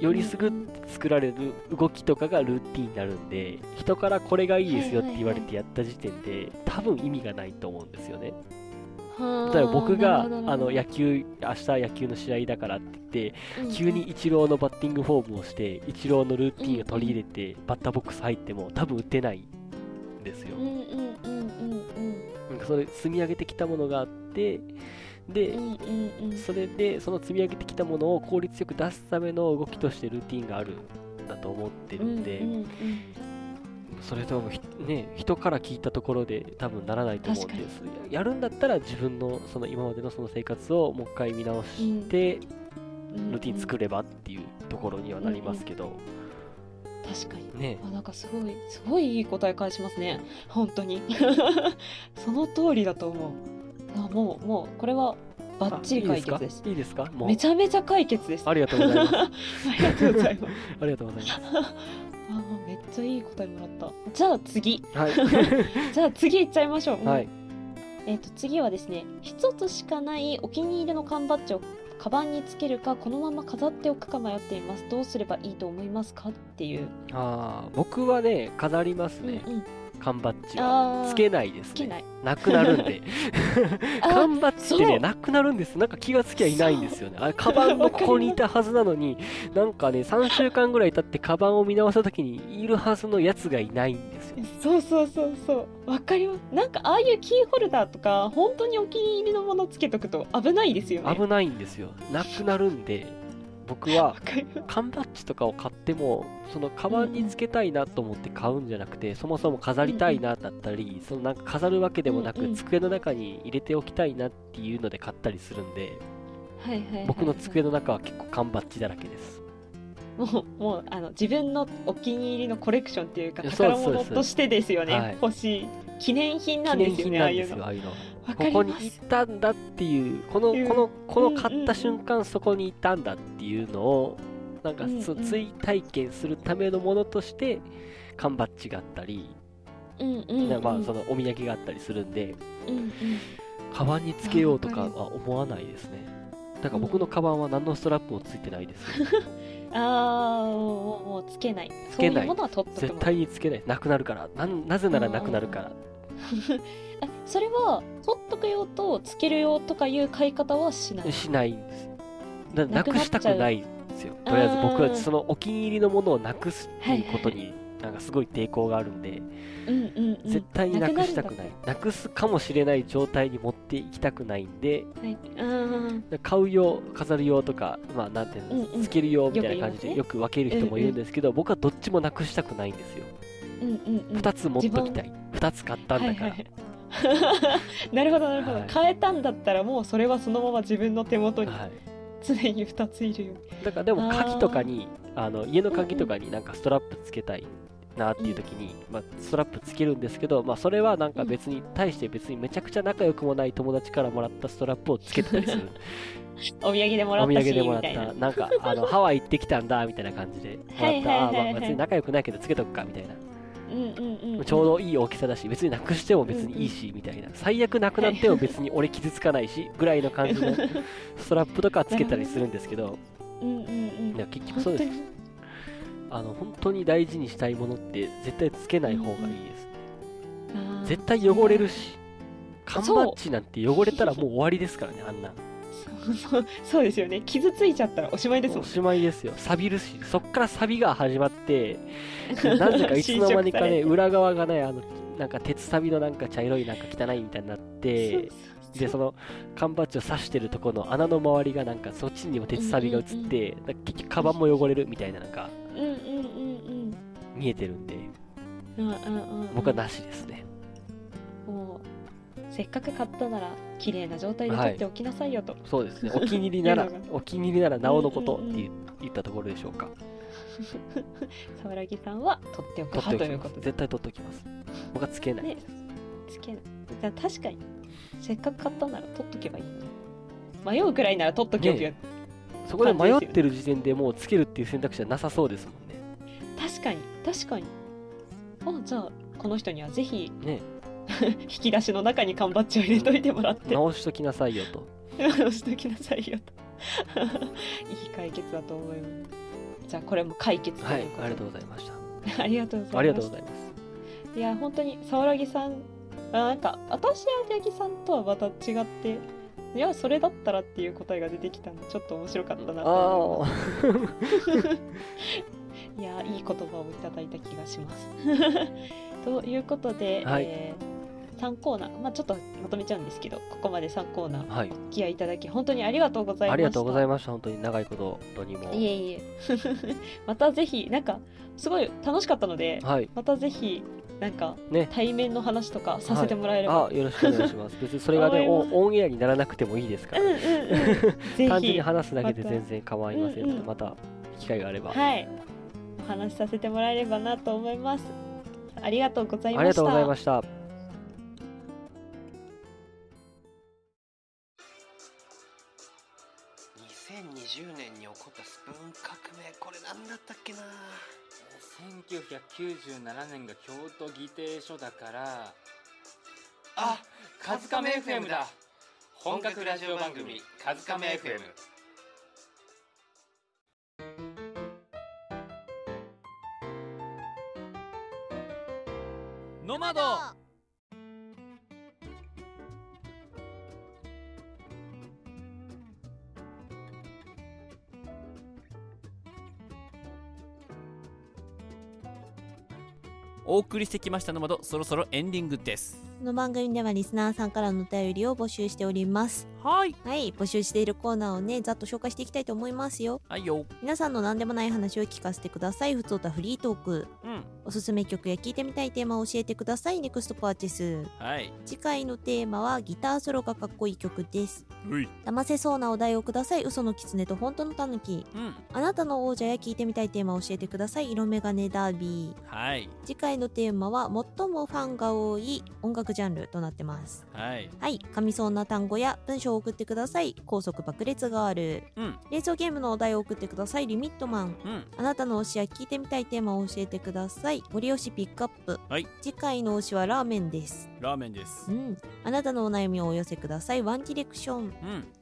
Speaker 5: よりすぐ作られる動きとかがルーティーンになるんで人からこれがいいですよって言われてやった時点で多分意味がないと思うんですよね。例えば僕があの野球明日野球の試合だからって言って、
Speaker 13: うんうん
Speaker 5: 急にイチローのバッティングフォームをしてイチローのルーティンを取り入れて、バッターボックス入っても多分打てないんですよ、
Speaker 2: うんうんうんうんうん
Speaker 5: なんかそれ積み上げてきたものがあってで、それでその積み上げてきたものを効率よく出すための動きとしてルーティンがあるんだと思ってるんで、
Speaker 2: うんうんうん
Speaker 5: それともひね人から聞いたところで多分ならないと思うんですやるんだったら自分のその今までのその生活をもう一回見直して、
Speaker 2: うん
Speaker 5: ルーティン作ればっていうところにはなりますけど、
Speaker 2: 確かに
Speaker 5: ね
Speaker 2: あなんかすごいすごいいい答え返しますね本当に *laughs* その通りだと思うあもうもうこれはバッチリ解決です
Speaker 5: あいいですかいいですかもう
Speaker 2: めちゃめちゃ解決です
Speaker 5: ありがとうございます
Speaker 2: ありがとうございます
Speaker 5: *laughs* ありがとうございます
Speaker 2: あもうめっちゃいい答えもらったじゃあ次、
Speaker 5: はい
Speaker 2: *laughs* じゃあ次いっちゃいましょう、
Speaker 5: はい
Speaker 2: えっと次はですね一つしかないお気に入りの缶バッジをカバンにつけるかこのまま飾っておくか迷っていますどうすればいいと思いますかっていう
Speaker 5: あー僕はね飾りますね、
Speaker 2: うんうん
Speaker 5: 缶バッジ
Speaker 2: あ
Speaker 5: は
Speaker 2: ー
Speaker 5: つけないです
Speaker 2: つけ
Speaker 5: ね
Speaker 2: ない
Speaker 5: なくなるん
Speaker 2: *laughs*
Speaker 5: で缶バッジって
Speaker 2: そ
Speaker 5: ね
Speaker 2: う
Speaker 5: なくなるんですなんか気がつきゃいないんですよねあれカバンのここにいたはずなのになんかね3週間ぐらい経ってカバンを見直した時にいるはずのやつがいないんですよ
Speaker 2: そうそうそうそうわかりますなんかああいうキーホルダーとか本当にお気に入りのものつけとくと危ないですよね
Speaker 5: 危ないんですよなくなるんで僕は缶バッジとかを買ってもそのカバンにつけたいなと思って買うんじゃなくて、そもそも飾りたいなだったり、そのなんか飾るわけでもなく、
Speaker 2: うんうん
Speaker 5: 机の中に入れておきたいなっていうので買ったりするんで
Speaker 2: はいはい、はい、
Speaker 5: 僕の机の中は結構缶バッジだらけです
Speaker 2: もうもうあの自分のお気に入りのコレクションっていうか
Speaker 5: いやそうで
Speaker 2: 宝
Speaker 5: す
Speaker 2: 物としてですよね
Speaker 5: そうです
Speaker 2: 欲しい記念品な
Speaker 5: 記
Speaker 2: んで
Speaker 5: 念
Speaker 2: すよ
Speaker 5: 品
Speaker 2: ね
Speaker 5: なんですよ
Speaker 2: あ
Speaker 5: あ
Speaker 2: あ
Speaker 5: あ
Speaker 2: いう
Speaker 5: いうの
Speaker 2: わか
Speaker 5: こ
Speaker 2: ります
Speaker 5: こにいたんだっていうこのこのこの買った瞬間そこにいたんだっていうのをなんかそう
Speaker 2: うんうん
Speaker 5: 追体験するためのものとして缶バッジがあったり、
Speaker 2: のうんうん、うん、
Speaker 5: まあそのお土産があったりするんで
Speaker 2: うんうん
Speaker 5: カバンにつけようとかは思わないですねだから僕のカバンは何のストラップもついてない *laughs* ですよ
Speaker 2: ああもうもうつけない
Speaker 5: つけ
Speaker 2: そうい
Speaker 5: な
Speaker 2: う
Speaker 5: い
Speaker 2: ものは取っとく
Speaker 5: 絶
Speaker 2: も
Speaker 5: 対につけないなくなるからなんなぜならなくなるから
Speaker 2: あそれは取っとく用とつける用とかいう買い方はしない
Speaker 5: しないんですだから
Speaker 2: な
Speaker 5: な
Speaker 2: く
Speaker 5: く
Speaker 2: なっ
Speaker 5: したくないんですよとりあえず僕はそのお気に入りのものをなくすっていうことになんかすごい抵抗があるんで
Speaker 2: うんうん、うん、
Speaker 5: 絶対になくしたくな
Speaker 2: な
Speaker 5: いなくすかもしれない状態に持っていきたくないんで
Speaker 2: くなるんだはいうん
Speaker 5: 買う用飾る用とかまあなんていうの、
Speaker 2: うんうん
Speaker 5: つける用みたいな感じでよ
Speaker 2: よ
Speaker 5: く
Speaker 2: く
Speaker 5: 分
Speaker 2: 言
Speaker 5: け
Speaker 2: い
Speaker 5: る
Speaker 2: ますね
Speaker 5: 人もいるんですけど、僕はどっちもなくしたくないんですよ
Speaker 2: うんうんうん
Speaker 5: 2つ持っときたい2つ買ったんだから、
Speaker 2: はいはい *laughs* なるほどなるほど、
Speaker 5: はい
Speaker 2: 変えたんだったらもうそれはそのまま自分の手元に常に2ついるよ
Speaker 5: だからでも
Speaker 2: あー
Speaker 5: 鍵とかにあの家の鍵とかになんかストラップつけたいなっていう時に、まあ、ストラップつけるんですけど、まあ、それはなんか別に対して別にめちゃくちゃ仲良くもない友達からもらったストラップをつけてたりす
Speaker 2: *laughs*
Speaker 5: る
Speaker 2: お土産でもら
Speaker 5: お
Speaker 2: っ
Speaker 5: 土
Speaker 2: た
Speaker 5: 産
Speaker 2: し
Speaker 5: でもら
Speaker 2: み
Speaker 5: った
Speaker 2: いな
Speaker 5: たなんかあのハワイ行ってきたんだみたいな感じでもらった、
Speaker 2: はいはいはいはい
Speaker 5: あーまあ別に仲良くないけどつけとくかみたいな
Speaker 2: うんうんうん
Speaker 5: ちょうどいい大きさだし別になくしても別にいいしみたいな最悪なくなっても別に俺傷つかないしぐらいの感じのストラップとかつけたりするんですけど
Speaker 2: *laughs* うんうん
Speaker 5: いや結局そうですあの本当に大事にしたいものって絶対つけない方がいいです
Speaker 2: うん
Speaker 5: 絶対汚れるし
Speaker 2: そ
Speaker 5: 缶
Speaker 2: う
Speaker 5: バッジなんて汚れたらもう終わりですからねあんな
Speaker 2: そうそうですよね傷ついちゃったらおしまいですも
Speaker 5: お
Speaker 2: ん
Speaker 5: しまいですよ錆びるしそっから錆びが始ま
Speaker 2: *laughs*
Speaker 5: ってなぜかいつの間にかね
Speaker 2: 侵食されて
Speaker 5: 裏側がねあのなんか鉄錆びのなんか茶色いなんか汚いみたいになってでその缶バッジを刺してるところの穴の周りがなんかそっちにも鉄錆びが映って、なんか結局カバンも汚れるみたいななんか
Speaker 2: うんうんうん
Speaker 5: 見えてるんで
Speaker 2: うんうんうんうん
Speaker 5: 僕はなしですね
Speaker 2: もうせっかく買ったなら綺麗な状態で取っておきなさいよと、
Speaker 5: そうですねお気に入りなら
Speaker 2: いうのが
Speaker 5: お気に入りならなおのことっていう言ったところでしょうか
Speaker 2: 沢木さんは取っておく
Speaker 5: 取って
Speaker 2: 派
Speaker 5: おき
Speaker 2: という
Speaker 5: ま
Speaker 2: こ
Speaker 5: す
Speaker 2: と
Speaker 5: 絶対取っておきます僕はつけない、
Speaker 2: ねつけないだから確かにせっかく買ったなら取っとけばいいよね迷うくらいなら取っとけよっていう、
Speaker 5: ねそこで迷ってる時点でもうつけるっていう選択肢はなさそうですもんね
Speaker 2: 確かに確かにあじゃあこの人にはぜひ
Speaker 5: ね
Speaker 2: 引き出しの中に缶バッジを入れといてもらって
Speaker 5: 直しときなさいよと
Speaker 2: 直 *laughs* しときなさいよと *laughs* いい解決だと思いますじゃあこれも解決と
Speaker 5: はいいう
Speaker 2: こと
Speaker 5: ありがとうございました
Speaker 2: ありがとうございます。
Speaker 5: ありがとうございます
Speaker 2: いや、本当に、沢良木さん、あなんか、私や八木さんとはまた違って、いや、それだったらっていう答えが出てきたの、ちょっと面白かったなと思います。いや、いい言葉をいただいた気がします。 *laughs* ということで、
Speaker 5: はい
Speaker 2: えー3コーナー、まあ、ちょっとまとめちゃうんですけど、ここまで3コーナー、
Speaker 5: はい
Speaker 2: お付き合いいただき、本当にありがとうございました。
Speaker 5: ありがとうございました本当に長いことどにも
Speaker 2: いえいえ *laughs* またぜひなんかすごい楽しかったので、
Speaker 5: はい
Speaker 2: またぜひなんか、
Speaker 5: ね
Speaker 2: 対面の話とかさせてもらえれば、
Speaker 5: はいあよろしくお願いします別にそれがね
Speaker 2: 思
Speaker 5: オ
Speaker 2: いま
Speaker 5: ンオンエアにならなくてもいいですから、
Speaker 2: ぜ
Speaker 5: *laughs*
Speaker 2: ひ
Speaker 5: 単純に話すだけで全然構いませんので
Speaker 2: うんうん
Speaker 5: また機会があれば、
Speaker 2: はいお話しさせてもらえればなと思いますありがとうございま
Speaker 5: あ
Speaker 2: した
Speaker 5: りがとうございました
Speaker 16: 2020年に起こったスプーン革命これ何だったっけな
Speaker 17: 1997年が京都議定書だから
Speaker 16: あ
Speaker 17: カズカメ FM だ本格ラジオ番組「カズカメ FM」
Speaker 1: ノマドお送りしてきましたノマドそろそろエンディングです
Speaker 18: この番組ではリスナーさんからのお便りを募集しております
Speaker 1: はい
Speaker 18: はい募集しているコーナーをねざっと紹介していきたいと思いますよ
Speaker 1: はいよ
Speaker 18: 皆さんの何でもない話を聞かせてくださいふつおたフリートーク
Speaker 1: うん
Speaker 18: おすすめ曲や聞いてみたいテーマを教えてくださいネクストパーチェス
Speaker 1: はい
Speaker 18: 次回のテーマはギターソロがかっこいい曲です
Speaker 1: うい
Speaker 18: 騙せそうなお題をください嘘の狐と本当の狸
Speaker 1: うん
Speaker 18: あなたの王者や聞いてみたいテーマを教えてください色眼鏡ダービー
Speaker 1: はい
Speaker 18: 次回のテーマは最もファンが多い音楽ジャンルとなってます
Speaker 1: はい
Speaker 18: はい噛みそうな単語や文章を送ってください高速爆裂ガール
Speaker 1: うん
Speaker 18: 冷蔵ゲームのお題を送ってくださいリミットマン
Speaker 1: うん
Speaker 18: あなたの推しや聞いてみたいテーマを教えてくださいご利用しピックアップ
Speaker 1: はい
Speaker 18: 次回の推しはラーメンです
Speaker 1: ラーメンです
Speaker 18: うんあなたのお悩みをお寄せくださいワンディレクション
Speaker 1: うん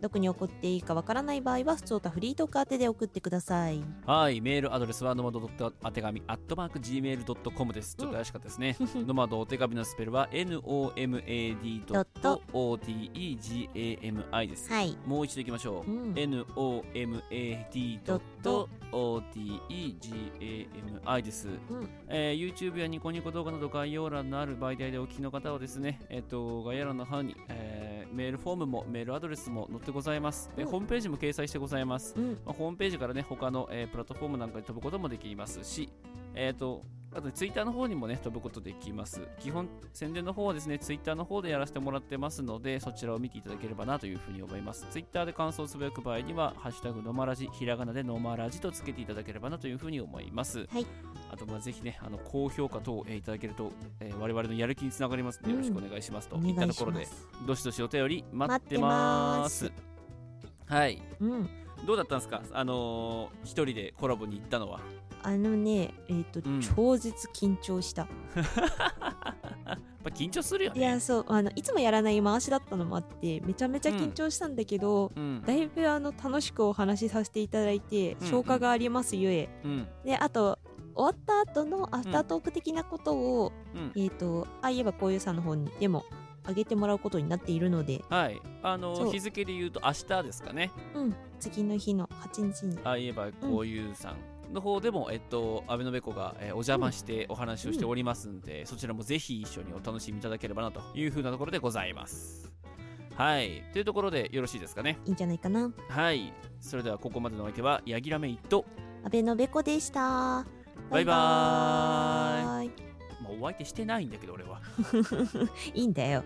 Speaker 18: どこに送っていいかわからない場合は普通歌フリートーク宛てで送ってください
Speaker 1: はい、メールアドレスはノマドドットあてがみアットマーク gmail.com です。ちょっと怪しかったですね。ノマドお手紙のスペルは nomad ドット otegami です。
Speaker 18: はい
Speaker 1: もう一度いきましょう。
Speaker 18: うん
Speaker 1: nomad ドット otegami です。
Speaker 18: うん
Speaker 1: えー YouTube やニコニコ動画など概要欄のある媒体でお聞きの方はですね、えっ、と、概要欄の方に、えーメールフォームもメールアドレスも載ってございます。で、
Speaker 18: うん
Speaker 1: ホームページも掲載してございます。
Speaker 18: うん
Speaker 1: まあ、ホームページからね、他の、えープラットフォームなんかに飛ぶこともできますし、えっ、と、あと、ツイッターの方にもね、飛ぶことできます。基本、宣伝の方はですね、ツイッターの方でやらせてもらってますので、そちらを見ていただければなというふうに思います。ツイッターで感想をつぶやく場合には、ハッシュタグのまらじ、ひらがなでのまらじとつけていただければなというふうに思います。
Speaker 18: はい。
Speaker 1: あと、まあ、ぜひね、あの、高評価等、えーいただけると、えー我々のやる気につながりますので、よろしくお願いしますと、
Speaker 18: うん
Speaker 1: いったところ
Speaker 18: お願
Speaker 1: で
Speaker 18: いし、
Speaker 1: どしどしお便り待ってます。はい。
Speaker 18: うん
Speaker 1: どうだったんですかあのー、一人でコラボに行ったのは。
Speaker 18: あのねえっ、と、
Speaker 1: ん
Speaker 18: 超絶緊張した
Speaker 1: やっぱ緊張するよ
Speaker 18: い
Speaker 1: ね。
Speaker 18: やそうあのいつもやらない回しだったのもあってめちゃめちゃ緊張したんだけど、
Speaker 1: うん
Speaker 18: だいぶあの楽しくお話しさせていただいて
Speaker 1: うん
Speaker 18: 消化がありますゆえ、
Speaker 1: うん。
Speaker 18: であと終わった後のアフタートーク的なことを、
Speaker 1: うん
Speaker 18: えっ、とああいえばこういうさんの方にでもあげてもらうことになっているので、
Speaker 1: はい。あの
Speaker 18: そ
Speaker 1: ー、
Speaker 18: う
Speaker 1: 日付で言うと明日ですかね。
Speaker 18: うん、次の日の8日に
Speaker 1: ああいえば、こういうさん。の方でも、えっと、安倍のべこが、えーお邪魔してお話をしておりますんで、そちらもぜひ一緒にお楽しみいただければなというふうなところでございます。はい。というところでよろしいですかね。
Speaker 18: いいんじゃないかな
Speaker 1: はい。それではここまでのお相手は、ヤギラメイと、
Speaker 18: 阿部のべこでした
Speaker 1: バイバーイ。
Speaker 18: バイバーイ
Speaker 1: まあ、お相手してないんだけど、俺は。
Speaker 18: いいんだよ